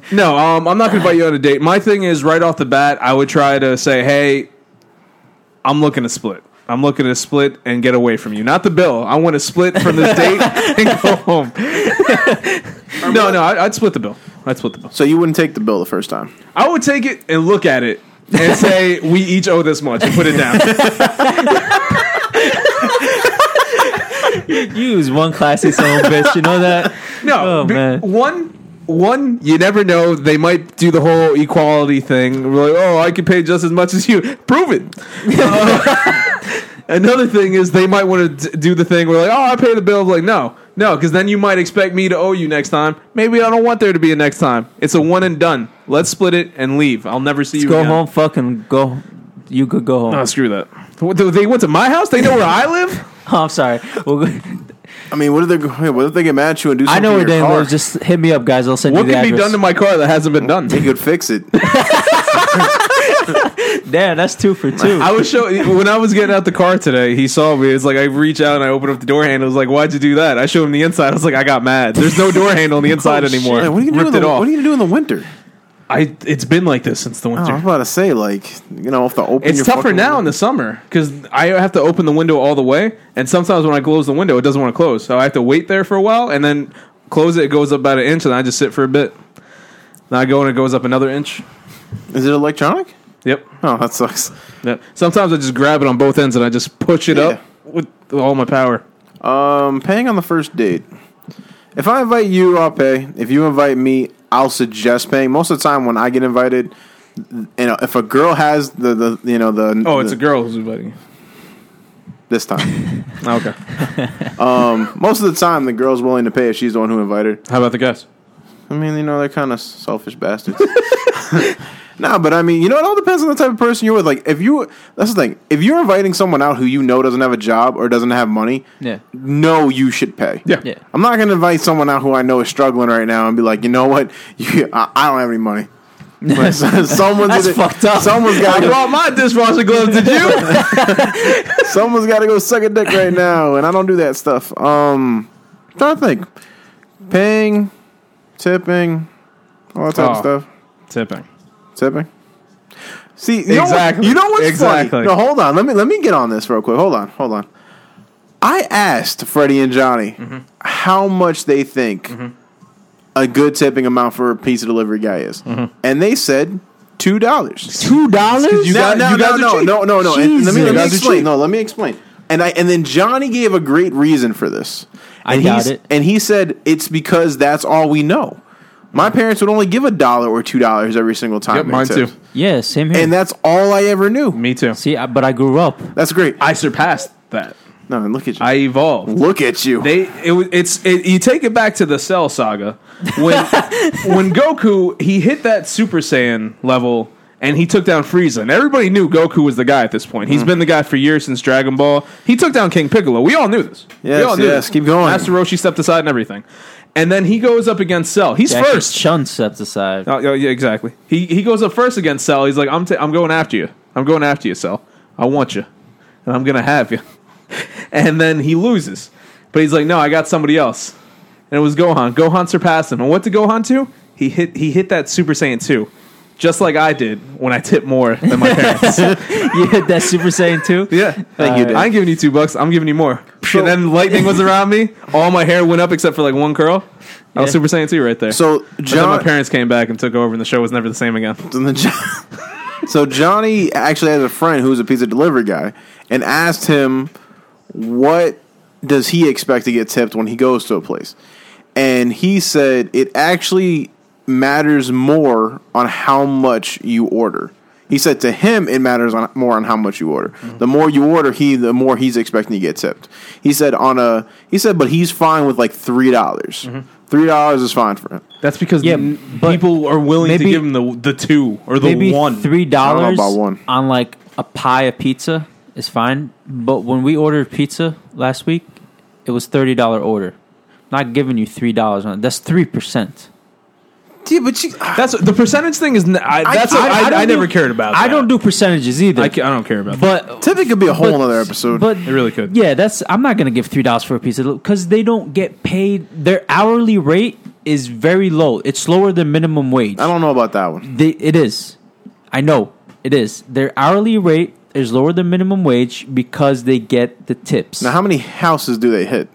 no, um, I'm not going to invite you on a date. My thing is, right off the bat, I would try to say, "Hey, I'm looking to split. I'm looking to split and get away from you. Not the bill. I want to split from this date and go home." no, no, I- I'd split the bill. I'd split the bill.
so you wouldn't take the bill the first time.
I would take it and look at it and say, "We each owe this much," and put it down.
You use one classy son of a bitch. You know that?
No,
Oh,
be-
man.
one one you never know. They might do the whole equality thing. We're like, oh, I can pay just as much as you. Prove it. Uh, another thing is they might want to do the thing. We're like, oh, I pay the bill. Like, no, no, because then you might expect me to owe you next time. Maybe I don't want there to be a next time. It's a one and done. Let's split it and leave. I'll never see you.
Go
again.
home, fucking go. You could go home.
Oh, screw that. What, They went to my house. They know where I live.
Oh, I'm sorry. Well,
I mean, what if they what if they get mad at you and do
I
something?
know where
to your
Dan
car?
lives. Just hit me up, guys. I'll send
What
you the
can be
address.
done to my car that hasn't been done?
he could fix it.
Dan, that's two for two.
I was show when I was getting out the car today. He saw me. It's like I reach out and I open up the door handle. It's like, "Why'd you do that?" I showed him the inside. I was like, "I got mad. There's no door handle on the inside anymore.
Hey, Oh, what are you gonna
Ripped
do? In
it
the,
off.
what are you gonna do in the winter?
I. It's been like this since the
Oh,
winter.
I was about to say, like, you know, if the open.
it's
your
tougher
fucking-
now in the summer because I have to open the window all the way, and sometimes when I close the window, it doesn't want to close. So I have to wait there for a while, and then close it. It goes up about an inch, and I just sit for a bit. Then I go and it goes up another inch.
Is it electronic?
Yep.
Oh, that sucks.
Yep. Sometimes I just grab it on both ends and I just push it up with all my power.
Um, paying on the first date. If I invite you, I'll pay. If you invite me, I'll suggest paying. Most of the time, when I get invited, you know, if a girl has the, the you know the
Oh, it's
the-
a girl who's inviting. you.
this time.
Okay.
Most of the time, the girl's willing to pay if she's the one who invited.
How about the guys?
I mean, you know, they're kind of selfish bastards. nah, but I mean, you know, it all depends on the type of person you're with. Like, if you, that's the thing. If you're inviting someone out who you know doesn't have a job or doesn't have money,
yeah,
no, you should pay.
yeah.
I'm not going to invite someone out who I know is struggling right now and be like, you know what? You, I, I don't have any money. Like, someone's
That's
gonna-
fucked up.
Someone's got to
brought my dishwasher gloves. Did you?
someone's got to go suck a dick right now, and I don't do that stuff. Um, trying to think, paying, tipping, all that type of
Oh.
stuff.
Tipping.
Tipping. See,
Exactly.
you Know, what- you know what's
Exactly.
funny? No, hold on. Let me let me get on this real quick. Hold on, hold on. I asked Freddie and Johnny
Mm-hmm.
how much they think a good tipping amount for a pizza delivery guy is, and they said two dollars.
Two dollars.
No,
guys-
no,
Mm-hmm. you guys
no,
are
no,
cheap.
no, no, no. And let me, let
Jesus. You
me
guys are
explain.
cheap.
No, let me explain. And I and then Johnny gave a great reason for this.
I
And
doubt
he's-
it.
And he said it's because that's all we know. My parents would only give a dollar or two dollars every single time.
Yep,
they
mine too.
tipped.
Yeah, same here.
And that's all I ever knew.
Me too.
See, I, but I grew up.
That's great.
I surpassed that.
No, look at you.
I evolved.
look at you.
They it was it's it, you take it back to the Cell saga when when Goku he hit that Super Saiyan level and he took down Frieza and everybody knew Goku was the guy at this point. He's been the guy for years since Dragon Ball. He took down King Piccolo. We all knew this. we
Yes,
all knew
yes,
this.
keep going.
Master Roshi stepped aside and everything, and then he goes up against Cell. He's
Jackie
first.
Chun steps aside.
Oh, yeah, yeah, exactly. He he goes up first against Cell. He's like, I'm t- I'm going after you. I'm going after you, Cell. I want you, and I'm gonna have you. and then he loses, but he's like, No, I got somebody else. And it was Gohan. Gohan surpassed him. And what did Gohan do? He hit he hit that Super Saiyan two, just like I did when I tipped more than my parents.
you hit that Super Saiyan too.
yeah, thank
you, Dave.
I ain't giving you two bucks. I'm giving you more. and then lightning was around me. All my hair went up except for like one curl. I was
Yeah.
Super Saiyan two right there.
so
But then my
John,
parents came back and took over, and the show was never the same again.
And then John- so Johnny actually has a friend who's a pizza delivery guy and asked him what does he expect to get tipped when he goes to a place. And he said it actually matters more on how much you order. He said to him it matters on, more on how much you order.
Mm-hmm.
The more you order, he the more he's expecting to get tipped. He said on a he said but he's fine with like $3. dollars
Mm-hmm.
$3 dollars is fine for him.
That's because
Yeah,
n-
but
people are willing
maybe-
to give him the the two or the
Maybe
one.
three dollars
about one.
on like a pie of pizza is fine. But when we ordered pizza last week, it was thirty dollar order. Not giving you three dollars on it. That's three percent.
Yeah, but you,
That's the percentage thing is. n I that's I, I, I, never cared about.
I
that.
don't do percentages either.
I, ca- I don't care about. that.
but
Tipping could be a whole
but-
other episode.
But
It really could.
Yeah, that's. I'm not gonna give three dollars for a pizza because they don't get paid. Their hourly rate is very low. It's lower than minimum wage.
I don't know about that one.
They, it is. I know it is. Their hourly rate is lower than minimum wage because they get the tips.
Now, how many houses do they hit?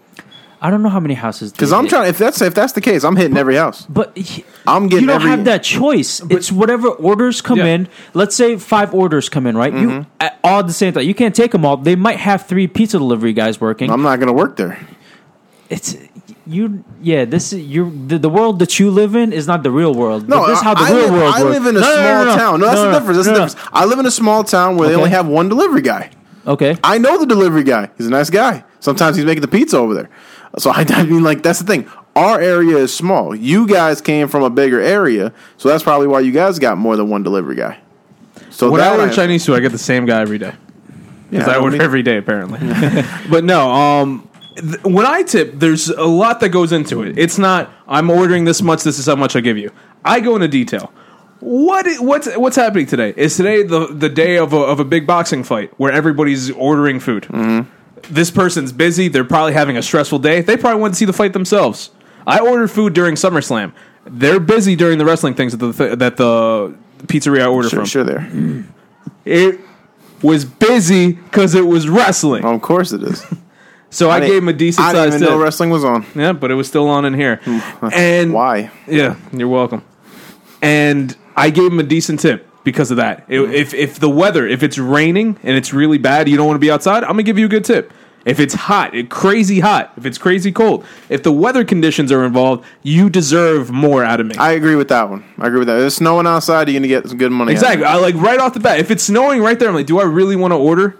I don't know how many houses.
Because I'm trying. If that's if that's the case, I'm hitting every house.
But he-
I'm getting
you don't
every-
have that choice. it's whatever orders come
Yeah.
in. Let's say five orders come in, right? You
Mm-hmm.
at all at the same time. You can't take them all. They might have three pizza delivery guys working.
I'm not going to work there.
it's you. Yeah, this is you. The, the world that you live in is not the real world.
No,
but this is how the
I,
real
live,
world
I
works.
live in a
No, no,
small
no, no, no.
town. No, that's
No,
the
no,
difference. That's
no,
the
no.
difference. I live in a small town where they
Okay.
only have one delivery guy.
Okay.
I know the delivery guy. He's a nice guy. Sometimes he's making the pizza over there. So I, I mean, like that's the thing. Our area is small. You guys came from a bigger area, so that's probably why you guys got more than one delivery guy. So
When I
that
order
I-
Chinese food, I get the same guy every day.
yeah,
Because I
don't
order
need-
every day, apparently. but no, um, th- when I tip, there's a lot that goes into it. It's not I'm ordering this much. This is how much I give you. I go into detail. What i- what's what's happening today? Is today the the day of a, of a big boxing fight where everybody's ordering food? This person's busy. They're probably having a stressful day. They probably want to see the fight themselves. I ordered food during SummerSlam. They're busy during the wrestling things that the th- that the pizzeria I order
Sure,
from.
sure there.
It was busy because it was wrestling.
Of course it is.
So I,
didn't-
gave him a decent
I
size
didn't even know
tip.
wrestling was on.
yeah, but it was still on in here. and
Why?
Yeah, you're welcome. And I gave him a decent tip because of that. It- If if the weather, if it's raining and it's really bad, you don't want to be outside. I'm gonna give you a good tip. If it's hot, it, crazy hot. If it's crazy cold, if the weather conditions are involved, you deserve more out of me.
I agree with that one. I agree with that. If it's snowing outside, you're gonna get some good money. out of
Exactly. I like right off the bat. If it's snowing right there, I'm like, do I really want to order?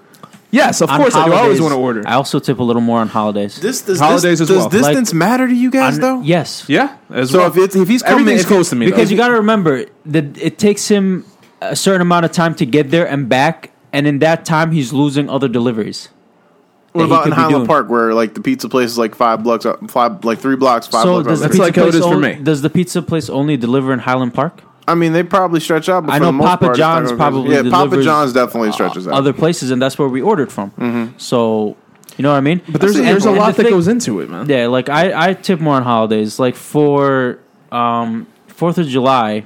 Yes, of
On
course I do. I always
holidays,
want to order.
I also tip a little more on holidays.
it. This, does
Holidays as
this, does
well.
distance matter to you guys
On-
though?
yes,
yeah. As
So
well.
if it's if he's coming,
everything's
if-
close to me, though.
because you got to remember that it takes him a certain amount of time to get there and back, and in that time he's losing other deliveries.
What
that he
about in
could be
Highland
doing.
Park where like the pizza place is like five blocks, up, five like three blocks, five
So
blocks.
does
over.
the
That's
pizza
like how it
place
is for
only-
me.
Does the pizza place only deliver in Highland Park?
I mean, they probably stretch out. But
I
for the
know
most
Papa
part, it's not
John's
gonna-
probably
Yeah, Papa
delivers,
John's definitely stretches out.
Other places, and that's where we ordered from.
Mm-hmm.
So you know what I mean. But
there's,
That's
there's a
the
lot that goes into it, man.
Yeah, like I, I tip more on holidays. Like for um Fourth of July,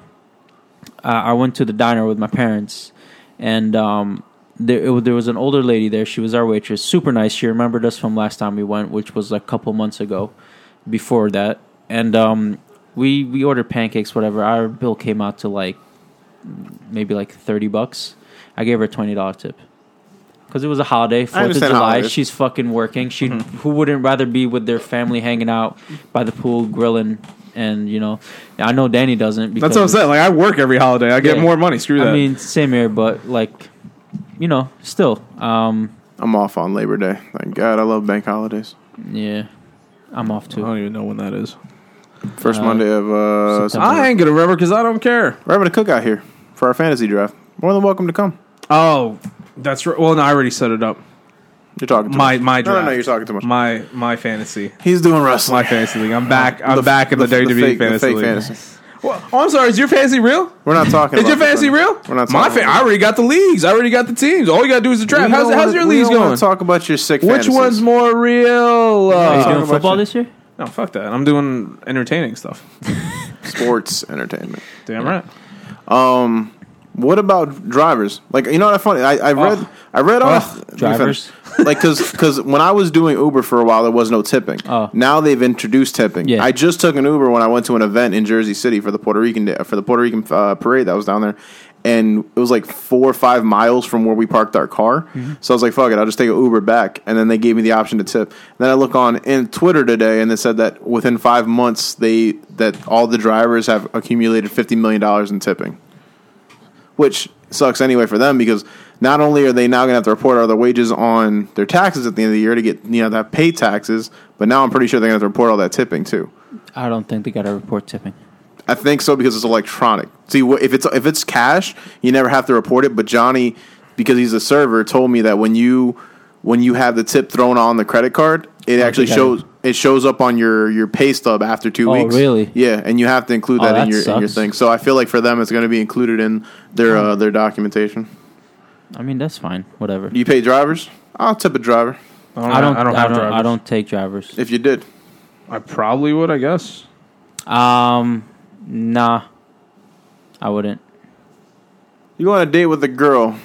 uh, I went to the diner with my parents, and um there it, wa- there was an older lady there. She was our waitress, super nice. She remembered us from last time we went, which was a couple months ago. Before that, and um we we ordered pancakes, whatever. Our bill came out to like maybe like thirty bucks. I gave her a twenty dollar tip. Because it was a holiday, Fourth of
understand
July.
holidays.
She's
Mm-hmm.
fucking working. She who wouldn't rather be with their family, hanging out by the pool, grilling and you know, I know Danny doesn't. Because
That's what I'm saying. Like I work every holiday. I get
Yeah.
more money. Screw that.
I mean, same here, but like, you know, still, um,
I'm off on Labor Day. Thank God. I love bank holidays.
yeah, I'm off
I
too.
don't even know when that is.
First
Uh,
Monday of uh,
September.
I ain't gonna remember because I don't care.
we're having a cookout here for our fantasy draft. More than welcome to come.
Oh, that's right. Well, no, I already set it up.
You're talking too
My
much.
my
no,
draft.
no, no. You're talking too much.
My my fantasy.
He's doing wrestling.
My fantasy league. I'm back. I'm
The-
back in the, WWE
fake- the
fantasy
fake
league.
fantasy.
Well, oh, I'm sorry. Is your fantasy real?
We're not talking.
Is
about
your
this
fantasy
right now.
real?
We're not.
My
talking
fa-
about
I already got the leagues. I already got the teams. All you gotta do is the
We
draft.
don't
How's,
wanna-
how's your
we
leagues
don't wanna
going?
Talk about your sick.
Which
fantasies.
one's more real?
Are you
Uh,
doing
about
football
you.
this year?
no, fuck that. I'm doing entertaining stuff.
sports entertainment?
Damn right.
What about drivers? Like you know what I funny? I, I read I read off let me
Oh. drivers.
finish. like because when I was doing Uber for a while, there was no tipping.
Oh.
Now they've introduced tipping.
Yeah.
I just took an Uber when I went to an event in Jersey City for the Puerto Rican Day- for the Puerto Rican uh, parade that was down there, and it was like four or five miles from where we parked our car.
Mm-hmm.
So I was like, "Fuck it, I'll just take an Uber back." And then they gave me the option to tip. And then I look on in Twitter today, and it said that within five months they that all the drivers have accumulated fifty million dollars in tipping which sucks anyway for them because not only are they now going to have to report all their wages on their taxes at the end of the year to get you know that pay taxes, but now I'm pretty sure they're going to have to report all that tipping too.
I don't think they got to report tipping.
I think so because it's electronic. See, wh- if it's if it's cash, you never have to report it. But Johnny, because he's a server, told me that when you when you have the tip thrown on the credit card, it actually
I-
shows it shows up on your your pay stub after two
Oh,
weeks.
really?
Yeah, and you have to include
Oh,
that, in
that
your in your
sucks.
thing. So I feel like for them, it's going to be included in their uh, their documentation.
I mean, that's fine. Whatever.
You pay drivers? I'll tip a driver
I don't. I don't. I don't,
drivers.
take drivers.
if you did.
I probably would. I guess.
Um, nah, I wouldn't.
You go on a date with a girl,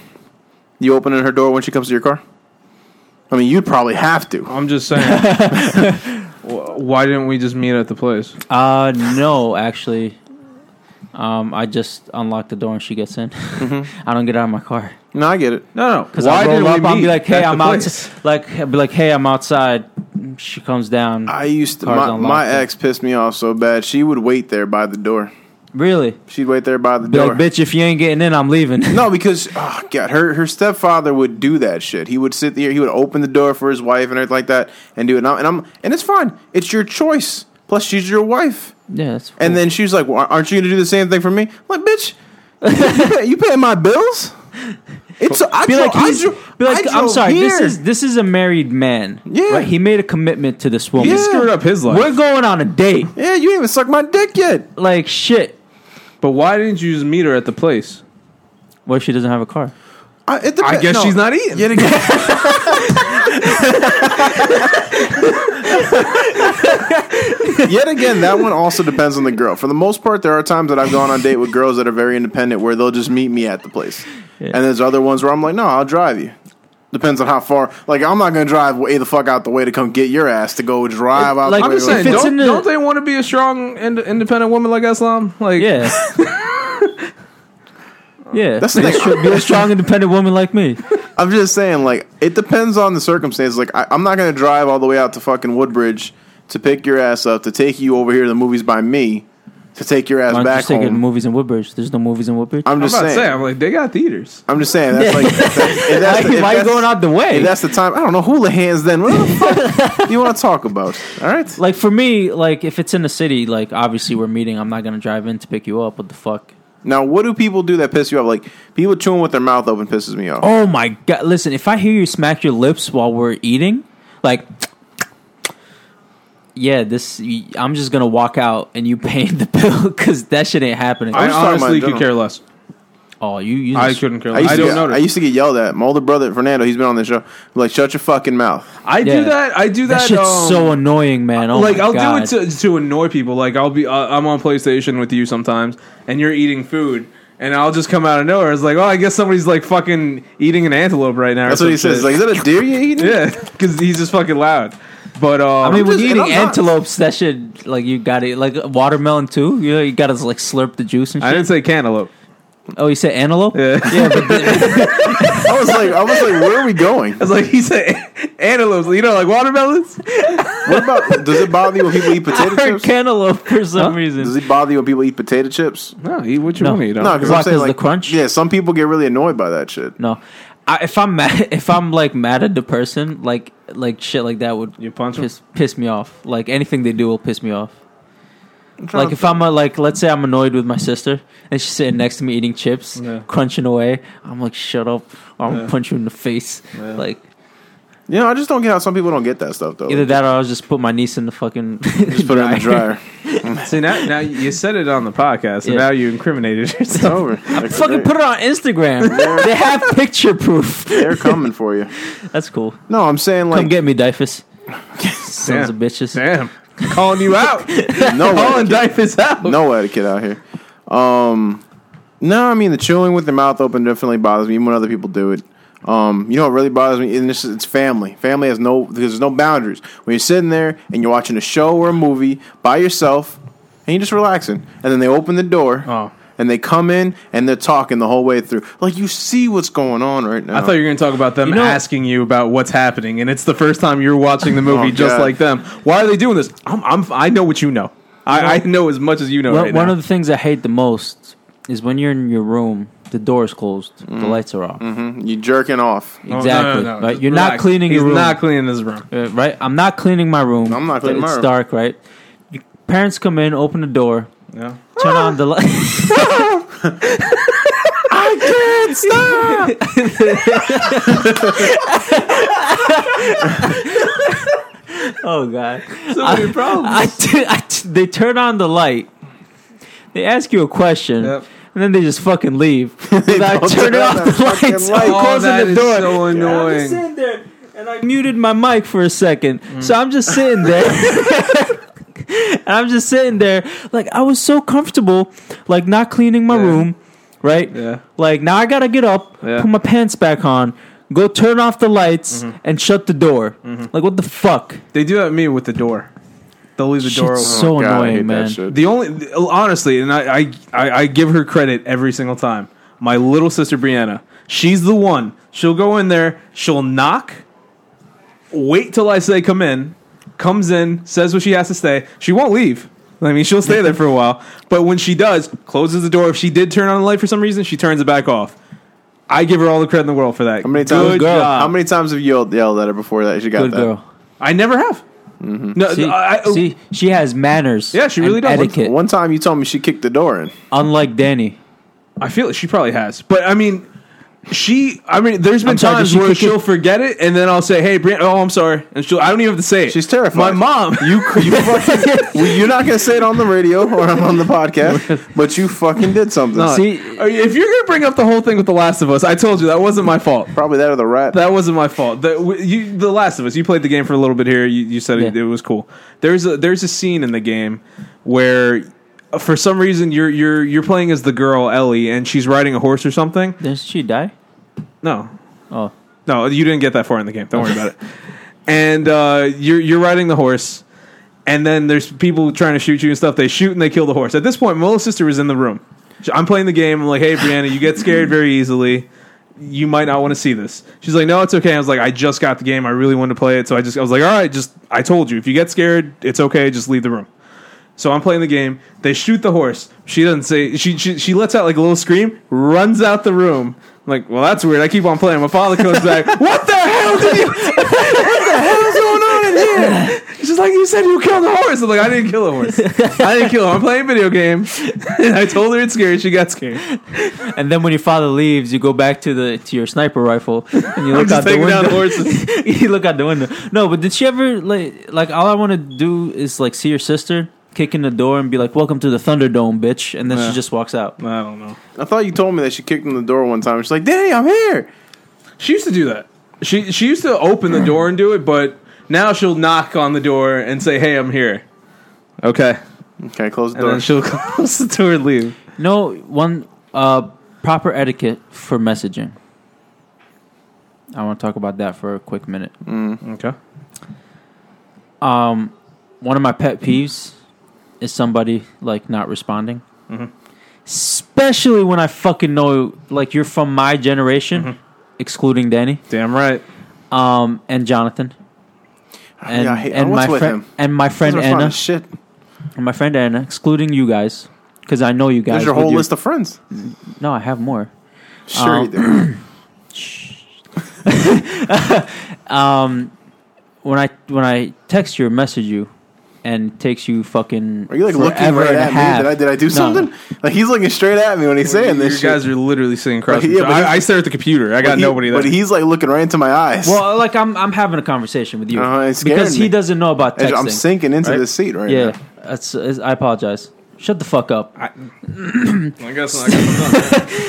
you opening her door when she comes to your car? I mean, you'd probably have to.
I'm just saying. Wh- Why didn't we just meet at the place?
Uh, no, actually. Um, I just unlock the door and she gets in.
Mm-hmm.
I don't get out of my car
No, I get it.
No, no.
because I roll up. I'll be like, "Hey, I'm out."
outside.
Like, I'll be like, "Hey, I'm outside." She comes down.
I used to.
Car's
My,
unlocked,
my
yeah.
ex pissed me off so bad. She would wait there by the door.
really?
She'd wait there by the
Be
door.
like, "Bitch, if you ain't getting in, I'm leaving."
No, because oh god, her her stepfather would do that shit. He would sit there, he would open the door for his wife and everything like that, and do it. And I'm and, I'm, and it's fine. It's your choice. Plus, she's your wife.
yeah, that's
And then she was like, well, "Aren't you going to do the same thing for me?" I'm like, "Bitch, you, pay, you paying my bills?" It's I
be
dro-
like,
I
he's,
dro-
be like
I
I'm
drove
sorry. This
here."
is this is a married man.
Yeah.
right? He made a commitment to this woman.
He screwed up his life.
We're going on a date.
yeah. You ain't even suck my dick yet.
Like shit.
But why didn't you just meet her at the place?
What if she doesn't have a car?
I, it dep-
I guess
no.
she's not eating.
Yet again, yet again, that one also depends on the girl. For the most part, there are times that I've gone on date with girls that are very independent, where they'll just meet me at the place. And there's other ones where I'm like, no, I'll drive you. Depends on how far. Like, I'm not gonna drive way the fuck out the way to come get your ass to go drive out.
Like,
the
I'm
way
just
to-
saying,
If it's
don't,
in the-
don't they want to be a strong, ind- independent woman like Islam? Like,
Yeah. yeah.
That's
That's
the
they
thing.
should be a strong, independent woman like me.
I'm just saying, like, it depends on the circumstances. Like, I, I'm not going to drive all the way out to fucking Woodbridge to pick your ass up, to take you over here to the movies by me, to take your ass
I'm
back
just taking
home.
movies in Woodbridge. There's no movies in Woodbridge.
I'm
I'm
just
about to
saying.
say, I'm like, they got theaters.
I'm just saying. That's like, if that's, if that's,
Why-
if
why you
that's-
going out the way?
If that's the time, I don't know. Hula hands then. What the fuck you want to talk about? All right.
like for me, like if it's in the city, like obviously we're meeting. I'm not gonna drive in to pick you up. What the fuck?
Now, what do people do that piss you off? Like, people chewing with their mouth open pisses me off.
Oh my god! Listen, if I hear you smack your lips while we're eating, like, yeah, this y- I'm just gonna walk out and you paying the bill because that shit ain't happening.
I
just talking about
honestly
in
could care less.
oh, you, you
I couldn't care
I,
less.
used
I,
to
don't
get,
notice.
I used to get yelled at. My older brother, Fernando, he's been on the show. Like, shut your fucking mouth.
I
Yeah.
do that. I do
That
that.
shit's
um,
so annoying, man. Oh
like
my
I'll
God.
do it to, to annoy people. Like I'll be uh, I'm on PlayStation with you sometimes, and you're eating food, and I'll just come out of nowhere. It's like, oh, I guess somebody's like fucking eating an antelope right now. or
That's what he
some
says.
shit.
Like, is that a deer you eating?
yeah, because he's just fucking loud. But um,
I mean, when
just-
you're
and
eating
I'm not-
antelopes, that should like you got to like watermelon too. You know, you got to like slurp the juice and shit.
I didn't say cantaloupe.
Oh, you said antelope?
Yeah.
I was like, I was like, where are we going?
It's like he said antelopes. You know, like watermelons.
What about? Does it bother you when people eat potato
I heard
chips?
cantaloupe for some
Does
reason.
it bother you when people eat potato chips?
No, eat what you
No.
want to eat.
No, because
Why,
I'm saying
'cause
like
the crunch?
Yeah, some people get really annoyed by that shit.
No, I, if I'm mad, if I'm like mad at the person, like like shit like that would
You punch 'em?
piss, piss me off. Like anything they do will piss me off.
trying
Like if I'm uh like, let's say I'm annoyed with my sister and she's sitting next to me eating chips,
Yeah.
crunching away. I'm like, shut up! or I'm gonna
Yeah.
punch you in the face.
Yeah.
Like
You know, I just don't get how some people don't get that stuff though.
either that or I'll just put my niece in the fucking.
just put it in the dryer.
See now, now you said it on the podcast, and
Yeah.
now you incriminated
It's
yourself.
over. Like,
Fucking
they-
put it on Instagram. they have picture proof.
They're coming for you.
That's cool.
No, I'm saying
Come
like
get me, Dyfus. Sons
Damn.
of bitches.
Damn, calling you out,
Oh,
no
calling
etiquette,
Dyfus out.
no etiquette out here. Um, no, I mean the chewing with their mouth open definitely bothers me. Even when other people do it. Um, you know what really bothers me? And this is, it's family. Family has no because there's no boundaries. When you're sitting there and you're watching a show or a movie by yourself, and you're just relaxing, and then they open the door.
Oh.
And they come in and they're talking the whole way through. Like you see what's going on right now.
I thought you were going to talk about them
You know-
asking you about what's happening, and it's the first time you're watching the movie
Oh,
just
God.
like them. Why are they doing this? I'm, I'm I know what you know. I, I know as much as you know.
One,
right
one
now.
of the things I hate the most is when you're in your room, the door is closed, the lights are off.
you jerking off.
Mm-hmm. Oh, no,
Exactly.
no, no,
Right?
just
You're
relax.
not cleaning
He's
your room.
Not cleaning his room.
Uh, right? I'm not cleaning my room.
I'm not cleaning
it's
my room.
dark, right? Your parents come in, open the door,
Yeah.
turn on the light. I can't stop. oh god.
So many problems.
I t- I t- they turn on the light. They ask you a question.
Yep.
And then they just fucking leave. Without
don't
turning
turn
off
on
the
the fucking
lights
light.
or
Oh,
closing
that
the
is
door.
so
I'm just
annoying. Mm.
sitting there, and I muted my mic for a second, so I'm just sitting there. and I'm just sitting there, like I was so comfortable, like not cleaning my
Yeah.
room, right?
Yeah.
Like now I gotta get up,
Yeah. Mm-hmm.
put my pants back on, go turn off the lights, and shut the door. Like what the fuck?
They do that to me with the door. They'll leave the door open.
Shit's so
God, I hate
annoying,
that
man.
shit.
The only, honestly, and I, I, I, I give her credit every single time. My little sister Brianna, she's the one. She'll go in there, she'll knock, wait till I say come in, comes in, says what she has to say. She won't leave. I mean, she'll stay there for a while. But when she does, closes the door. If she did turn on the light for some reason, she turns it back off. I give her all the credit in the world for that.
How many times?
Good job.
How many times have you yelled, yelled at her before that she got
Good
that?
girl.
I never have.
Mm-hmm.
No,
See,
I, I-
see, she has manners.
Yeah, she
and
really does. One-
Etiquette,
One time you told me she kicked the door in.
unlike Danny.
I feel it. She probably has, but I mean, she. I mean, there's been
I'm sorry, did
times
she
where
kick
she'll
it?
forget it, and then I'll say, "Hey, Brian, oh, I'm sorry," and she'll. I don't even have to say it.
She's terrified.
My mom.
You, you fucking. well, you're not gonna say it on the radio or on the podcast, but you fucking did something.
Uh,
See,
Are you- if you're gonna bring up the whole thing with The Last of Us, I told you that wasn't my fault.
Probably that or the rat.
That wasn't my fault. The, w- you, the Last of Us. You played the game for a little bit here. You, you said it,
Yeah.
it was cool. There's a there's a scene in the game where, uh, for some reason, you're you're you're playing as the girl Ellie, and she's riding a horse or something.
did she die?
No,
Oh,
No, you didn't get that far in the game. Don't worry about it. And uh, you're you're riding the horse, and then there's people trying to shoot you and stuff. They shoot and they kill the horse. At this point, my little sister was in the room. So I'm playing the game. I'm like, "Hey, Brianna, you get scared very easily. You might not want to see this." She's like, "No, it's okay." I was like, "I just got the game. I really wanted to play it, so I just I was like, all right, just I told you if you get scared, it's okay. Just leave the room." So I'm playing the game. They shoot the horse. She doesn't say. She she, she lets out like a little scream. Runs out the room. I'm like, well, that's weird. I keep on playing. My father comes back. What the hell did you? what the hell's going on in here? She's like, you said you killed the horse. I'm like, I didn't kill the horse. I didn't kill him. I'm playing video game. And I told her it's scared. She got scared.
and then when your father leaves, you go back to the to your sniper rifle and you
I'm
look
just
out the
taking
window.
down horses.
you look out the window. No, but did she ever like like all I want to do is like see your sister kick in the door and be like, "Welcome to the Thunderdome, bitch," and then
Yeah.
she just walks out.
I don't know.
I thought you told me that she kicked in the door one time. She's like, "Daddy, I'm here."
She used to do that. She she used to open the door and do it, but now she'll knock on the door and say, "Hey, I'm here." Okay.
Okay, close the
And
door.
then she'll close the door and leave.
No one uh, proper etiquette for messaging. I want to talk about that for a quick minute.
Okay.
Mm-hmm.
Um, one of my pet peeves is somebody like not responding, especially when I fucking know like you're from my generation,
Mm-hmm.
excluding Danny
Damn right.
um, and Jonathan. And,
Oh, Yeah, I hate-
and
what's
my
with
friend
him?
and my
Those
friend
are fun
Anna
as shit.
and my friend Anna, excluding you guys, because I know you guys.
There's your
with
whole list of friends.
No, I have more.
Sure,
Um,
you do.
when I when I text you or message you, and it takes you fucking.
Are you like looking
forever
right
and a
at me?
half.
Did I did I do
No.
something? Like he's looking straight at me when he's saying
you
this. shit.
guys are literally sitting across.
But he-
from each
yeah,
other.
but
I,
he-
I stare at the computer. I got
he-
nobody there.
But he's like looking right into my eyes.
Well, like I'm I'm having a conversation with you
Uh-huh, it's scaring
because he
me.
doesn't know about
As
texting.
I'm sinking into
right?
this seat right
yeah,
now.
that's, is- I apologize. Shut the fuck up.
I guess I guess I'm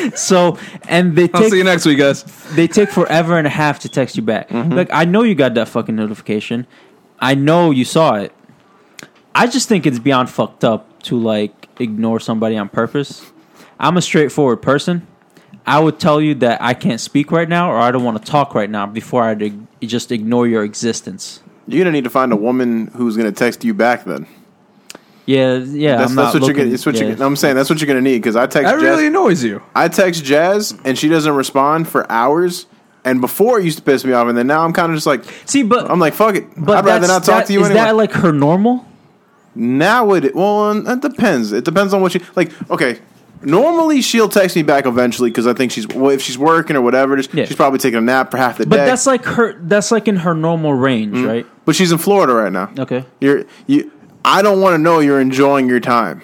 done.
So and they
I'll see you
take
next week, guys.
they take forever and a half to text you back.
Mm-hmm.
Like I know you got that fucking notification. I know you saw it. I just think it's beyond fucked up to like ignore somebody on purpose. I'm a straightforward person. I would tell you that I can't speak right now or I don't want to talk right now before I would just ignore your existence.
You're gonna need to find a woman who's gonna text you back. Then
Yeah, yeah.
that's,
I'm
that's
not
what
looking,
you're. gonna- That's what
yeah.
you're. no, I'm saying that's what you're gonna need because I text.
That
Jazz,
really annoys you.
I text Jazz and she doesn't respond for hours. And before it used to piss me off, and then now I'm kind of just like,
See, but
I'm like, fuck it.
but
I'd rather
that's-
not talk
that-
to you
Is
anyway.
that like her normal?
Now it well, it depends. It depends on what she like. Okay, normally she'll text me back eventually because I think she's well, if she's working or whatever. it is,
Yeah.
She's probably taking a nap for half the
But
day.
that's like her. That's like in her normal range,
Mm.
right?
but she's in Florida right now.
Okay.
You're you. I don't want to know you're enjoying your time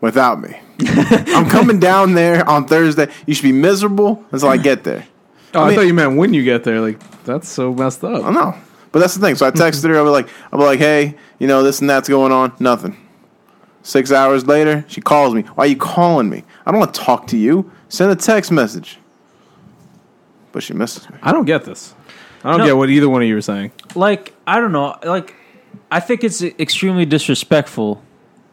without me. I'm coming down there on Thursday. You should be miserable until I get there.
Oh, I,
mean-
thought you meant when you get there. Like that's so messed up.
I know. But that's the thing. So I texted her. I was like, I'm like, hey, you know, this and that's going on. Nothing. Six hours later, she calls me. Why are you calling me? I don't want to talk to you. Send a text message. But she misses me.
I don't get this. I don't
No.
get what either one of you were saying.
like I don't know, like I think it's extremely disrespectful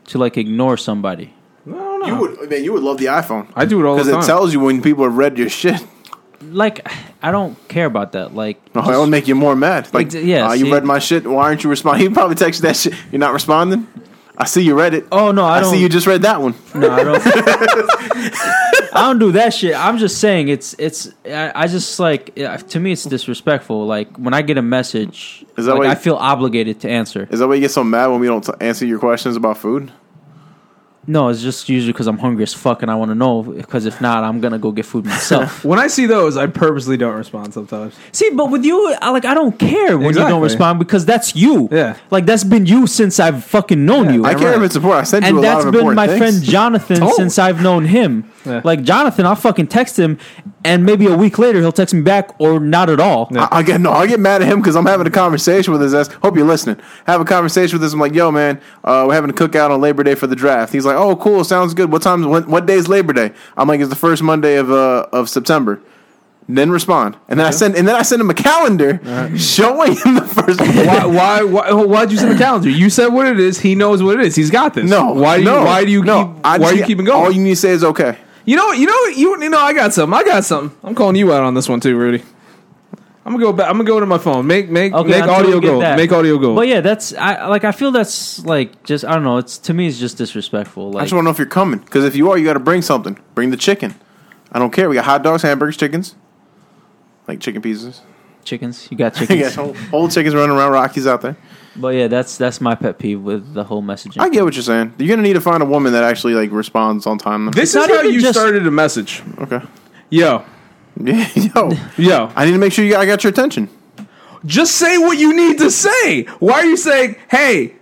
to like ignore somebody.
I don't know.
You would, man, you would love the iPhone
I do it all the
because
time.
it tells you when people have read your shit.
Like I don't care about that. Like
No, it'll Oh, make you more mad. Like,
Exa- yeah,
"Ah, you
see-
read my shit. Why aren't you responding? You probably texted that shit. You're not responding. I see you read it.
oh no, I,
I
don't.
see you just read that one.
no, I don't. I don't do that shit. I'm just saying it's it's. I, I just like yeah, to me it's disrespectful. Like when I get a message,
Is that
like,
why you-
I feel obligated to answer.
Is that why you get so mad when we don't t- answer your questions about food?
No, it's just usually because I'm hungry as fuck and I want to know. Because if not, I'm gonna go get food myself.
when I see those, I purposely don't respond sometimes.
See, but with you, I, like I don't care when you
Exactly.
don't respond because that's you.
Yeah.
like that's been you since I've fucking known you.
I care if it's important. I sent you
and
a lot
that's
of
been
important
my
things.
friend Jonathan
Oh.
since I've known him.
Yeah.
Like Jonathan, I'll fucking text him, and maybe a week later he'll text me back or not at all.
I, I get no, I get mad at him because I'm having a conversation with his ass. Hope you're listening. Have a conversation with his. I'm like, yo, man, uh, we're having a cookout on Labor Day for the draft. He's like, oh, cool, sounds good. What time? What, what day is Labor Day? I'm like, it's the first Monday of uh, of September. Then respond, and then I send, and then I send him a calendar showing him the first.
Why, why? Why? Why'd you send a calendar? You said what it is. He knows what it is. He's got this.
No,
Why do you?
no,
why do you?
no,
keep, why
I
are
just-
you keeping going?
All you need to say is okay.
You know, you know, you, you know. I got something. I got something. I'm calling you out on this one too, Rudy. I'm gonna go back. I'm gonna go to my phone. Make make make
until
audio
we get
go.
that.
Make audio go.
But yeah, that's I like. I feel that's like just I don't know. It's to me, it's just disrespectful.
I
Like
just want to know if you're coming because if you are, you got to bring something. Bring the chicken. I don't care. We got hot dogs, hamburgers, chickens, like chicken pieces.
chickens, you got
You got
chickens.
whole, whole chickens running around. Rockies out there.
but yeah, that's that's my pet peeve with the whole messaging.
I get what you're saying. You're gonna need to find a woman that actually like responds on time. then.
this is
It's not
how
even
you
just-
started a message.
okay.
Yo,
Yeah, yo,
yo.
I need to make sure you got, I got your attention
Just say what you need to say. Why are you saying hey?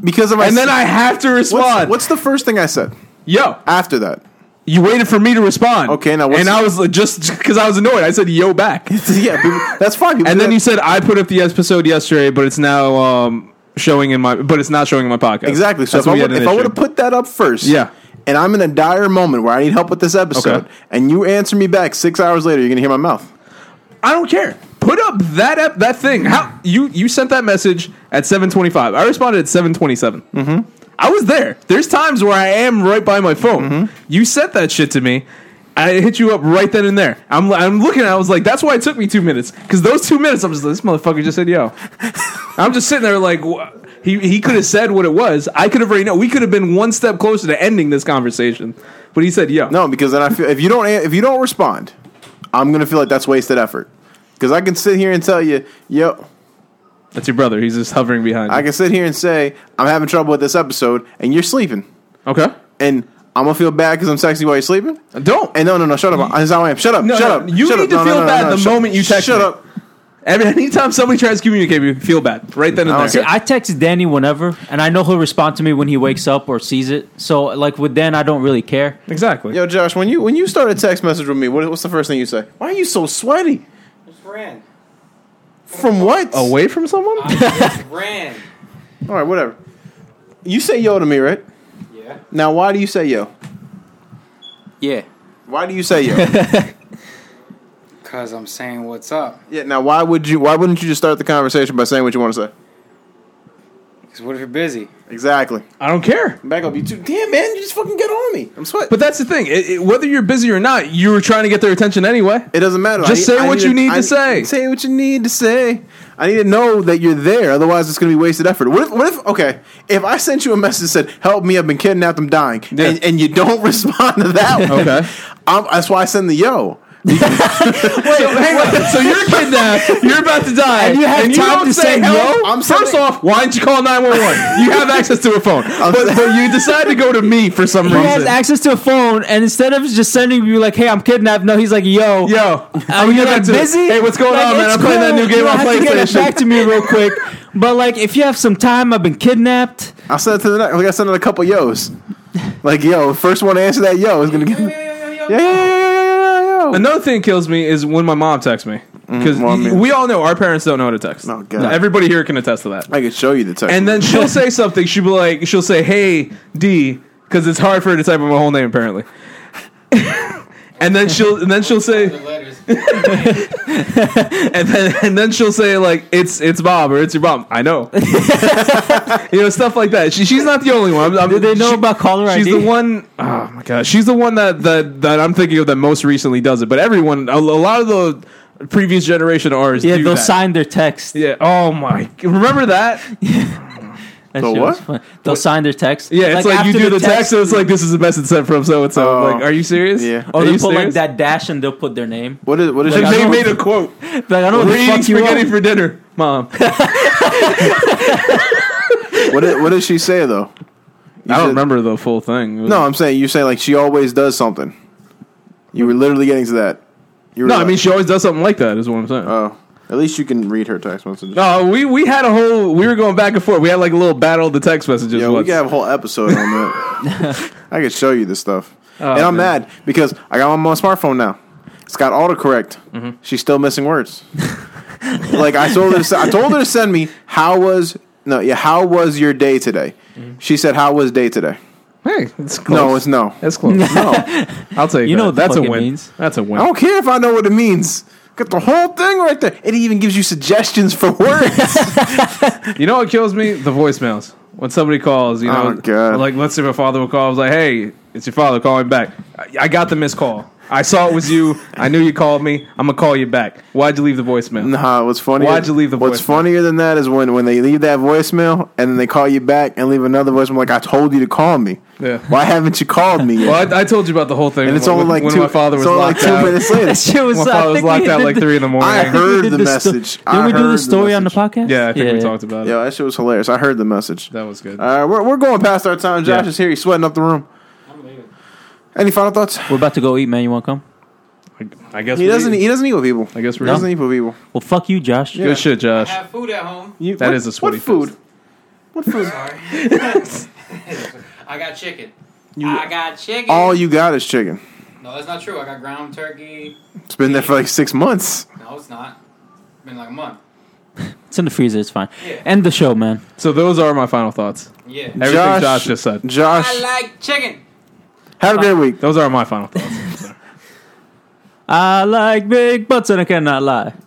because if I
And then I have to
what's,
respond.
what's the first thing I said
yo?
after that?
You waited for me to respond.
Okay, now what's-
and I was like, just because I was annoyed. I said yo back.
yeah, people, that's fine. People
And
do
then
that.
you said I put up the episode yesterday, but it's now um, showing in my, but it's not showing in my podcast.
exactly. So
That's
if I,
when we
would,
had
if
an
I
issue.
would have put that up first,
Yeah.
and I'm in a dire moment where I need help with this episode,
Okay.
and you answer me back six hours later, you're gonna hear my mouth.
I don't care. Put up that ep- that thing. How you you sent that message at seven twenty five? I responded at seven twenty seven.
Mm-hmm.
I was there. There's times where I am right by my phone.
Mm-hmm.
You sent that shit to me. I hit you up right then and there. I'm I'm looking. I was like, that's why it took me two minutes because those two minutes, I'm just like, this motherfucker just said yo. I'm just sitting there like, wha- He he could have said what it was. I could have already known. We could have been one step closer to ending this conversation. But he said, "Yo,
No, because then I feel if you don't if you don't respond, I'm gonna feel like that's wasted effort. Because I can sit here and tell you, yo,
that's your brother. He's just hovering behind."
I
you."
can sit here and say I'm having trouble with this episode, and you're sleeping,
okay.
and I'm gonna feel bad because I'm sexy while you're sleeping.
Don't.
And no, no, no, shut up! That's how I am. Shut up!
No,
shut
no,
up!
you
shut
need
up.
to feel bad the
shut-
moment you text
Shut
me.
up!
Every anytime somebody tries to communicate, you feel bad right then and there.
don't
Oh, See, I text Danny whenever, and I know he'll respond to me when he wakes up or sees it. So, like with Dan, I don't really care.
Exactly.
Yo, Josh, when you when you start a text message with me, what, what's the first thing you say? Why are you so sweaty?
Just ran.
From what?
Away from someone?
I just ran.
All right, whatever. You say yo to me, right?
Yeah.
Now, why do you say yo?
Yeah,
Why do you say yo?
Cause I'm saying what's up.
yeah. Now, why would you? Why wouldn't you just start the conversation by saying what you want to say?
Cause what if you're busy?
Exactly.
I don't care.
Back up, you too. Damn, man, you just fucking get on me. I'm sweating.
But that's the thing. It, it- whether you're busy or not, you were trying to get their attention anyway.
It doesn't matter.
Just say what you need to say.
Say what you need to say. I need to know that you're there. Otherwise, it's going to be wasted effort. What if? What if? Okay, if I sent you a message that said, "Help me! I've been kidnapped. I'm dying,"
Yeah.
and, and you don't respond to that, one,
Okay.
I'm, that's why I send the yo.
so, hang on. so you're kidnapped. You're about to die.
And you have time
don't
to say no?
help?
I'm
First
sending-
off, why didn't you call 911? You have access to a phone. But, but you decide to go to me for some
he has
reason.
access to a phone, and instead of just sending you like, "Hey, I'm kidnapped," no, he's like, "Yo,
Yo,
I'm
gonna get
like
back to it.
busy.
Hey, what's going
Like,
on, man?
it's
I'm playing that
cool.
new game
You
on
have to get it
PlayStation.
back to me real quick. But like, if you have some time, I've been kidnapped.
I sent it to the next. Like I sent it a couple yo's. Like yo, first one to answer that yo is going to get. Yeah, yeah, yeah, yeah, yeah, yeah, yeah, yeah.
Another thing kills me is when my mom texts me
Mm,
because
well, I mean-
we all know our parents don't know how to text.
Oh, God.
Everybody here can attest to that.
I could show you the text.
And then she'll say something. She'll be like, she'll say, "Hey D," because it's hard for her to type in my whole name apparently. and then she'll and then she'll
Other
say
letters.
and then and then she'll say like it's it's Bob or it's your mom. I know, you know stuff like that. She, she's not the only one. I'm, I'm,
Do they know
she-
about caller ID?
She's the one oh my god. She's the one that, that that I'm thinking of that most recently does it. But everyone, a, a lot of the previous generation R's
Yeah,
do
they'll
that.
sign their text.
Yeah. Oh my. Remember that?
That
The
shit
what?
was fun. They'll sign their text.
Yeah, it's like, you
after
do the text, and it's like this is the message sent from so and so.
Oh.
Like, are you serious?
Yeah.
Or
Are
they
you
put like
serious?
Oh, that dash and they'll put their name.
what is? What is?
Like,
Like,
I
they
don't-
made a quote.
Like I don't know
We're
what the
eating
fuck you
spaghetti
are.
for dinner, mom.
what, did, what does she say though?
I
said-
don't remember the full thing.
No, I'm saying you say like she always does something. You were literally getting to that. You were
no. I
like,
mean, she always does something like that. Is what I'm saying.
oh, at least you can read her text messages.
no, we we had a whole. We were going back and forth. We had like a little battle of the text messages.
Yeah, we
once.
could have a whole episode on that. I could show you this stuff.
Oh,
and I'm
man.
mad because I got my, my smartphone now. It's got autocorrect.
Mm-hmm.
She's still missing words. like I told her, to, se- I told her to send me how was no yeah how was your day today.
Mm-hmm.
She said how was day today.
Hey, it's close.
No, it's no.
It's close.
No,
I'll take.
You
that.
know what the
that's a
fuck it
win.
means.
That's a
I
win.
don't care if I know what it means. Got the whole thing right there. It even gives you suggestions for words.
You know what kills me? The voicemails. When somebody calls, you know,
Oh, God.
like let's say my father would call. I was like, "Hey, it's your father calling back. I, I got the missed call. I saw it was you. I knew you called me. I'm gonna call you back. Why'd you leave the voicemail?
Nah, what's funny?
Why'd you leave the
What's
voicemail?
funnier than that is when, when they leave that voicemail and then they call you back and leave another voicemail like I told you to call me.
Yeah.
Why haven't you called me yet?
Well, I, I told you about the whole thing.
and it's
when,
only like
when
two.
my father was
it's only like
locked
two
out.
minutes
That
later.
shit was.
My
I
father was
think we
locked
did
out like
the-
three in the morning.
I
I think we
heard
did
the
sto-
message.
Didn't
I
we do
heard the
the story on the
message.
podcast?
yeah, I think we talked about it.
Yeah, that shit was hilarious. I heard the message.
That was good.
Uh, we're we're going past our time. Josh
Yeah.
is here. He's sweating up the room.
I'm leaving.
Any final thoughts?
We're about to go eat, man. You want to come?
I, I guess
He
we're
doesn't.
even.
He doesn't eat with people.
I guess
He
we're
doesn't e-
even.
eat with people.
Well, fuck you, Josh.
Good shit,
I
Josh.
have food at home.
You,
That
what-
is a sweaty
What food?
fist.
What food?
Sorry. I got chicken.
You-
I got chicken.
All you got is chicken.
no, that's not true. I got ground turkey.
It's been there for like six months.
No, it's not. It's been like a month.
It's in the freezer. It's fine.
Yeah.
End the show, man.
So those are my final thoughts.
Yeah.
Everything Josh, just said.
I
Josh,
like chicken.
have a great week.
Those are my final thoughts.
I like big butts and I cannot lie.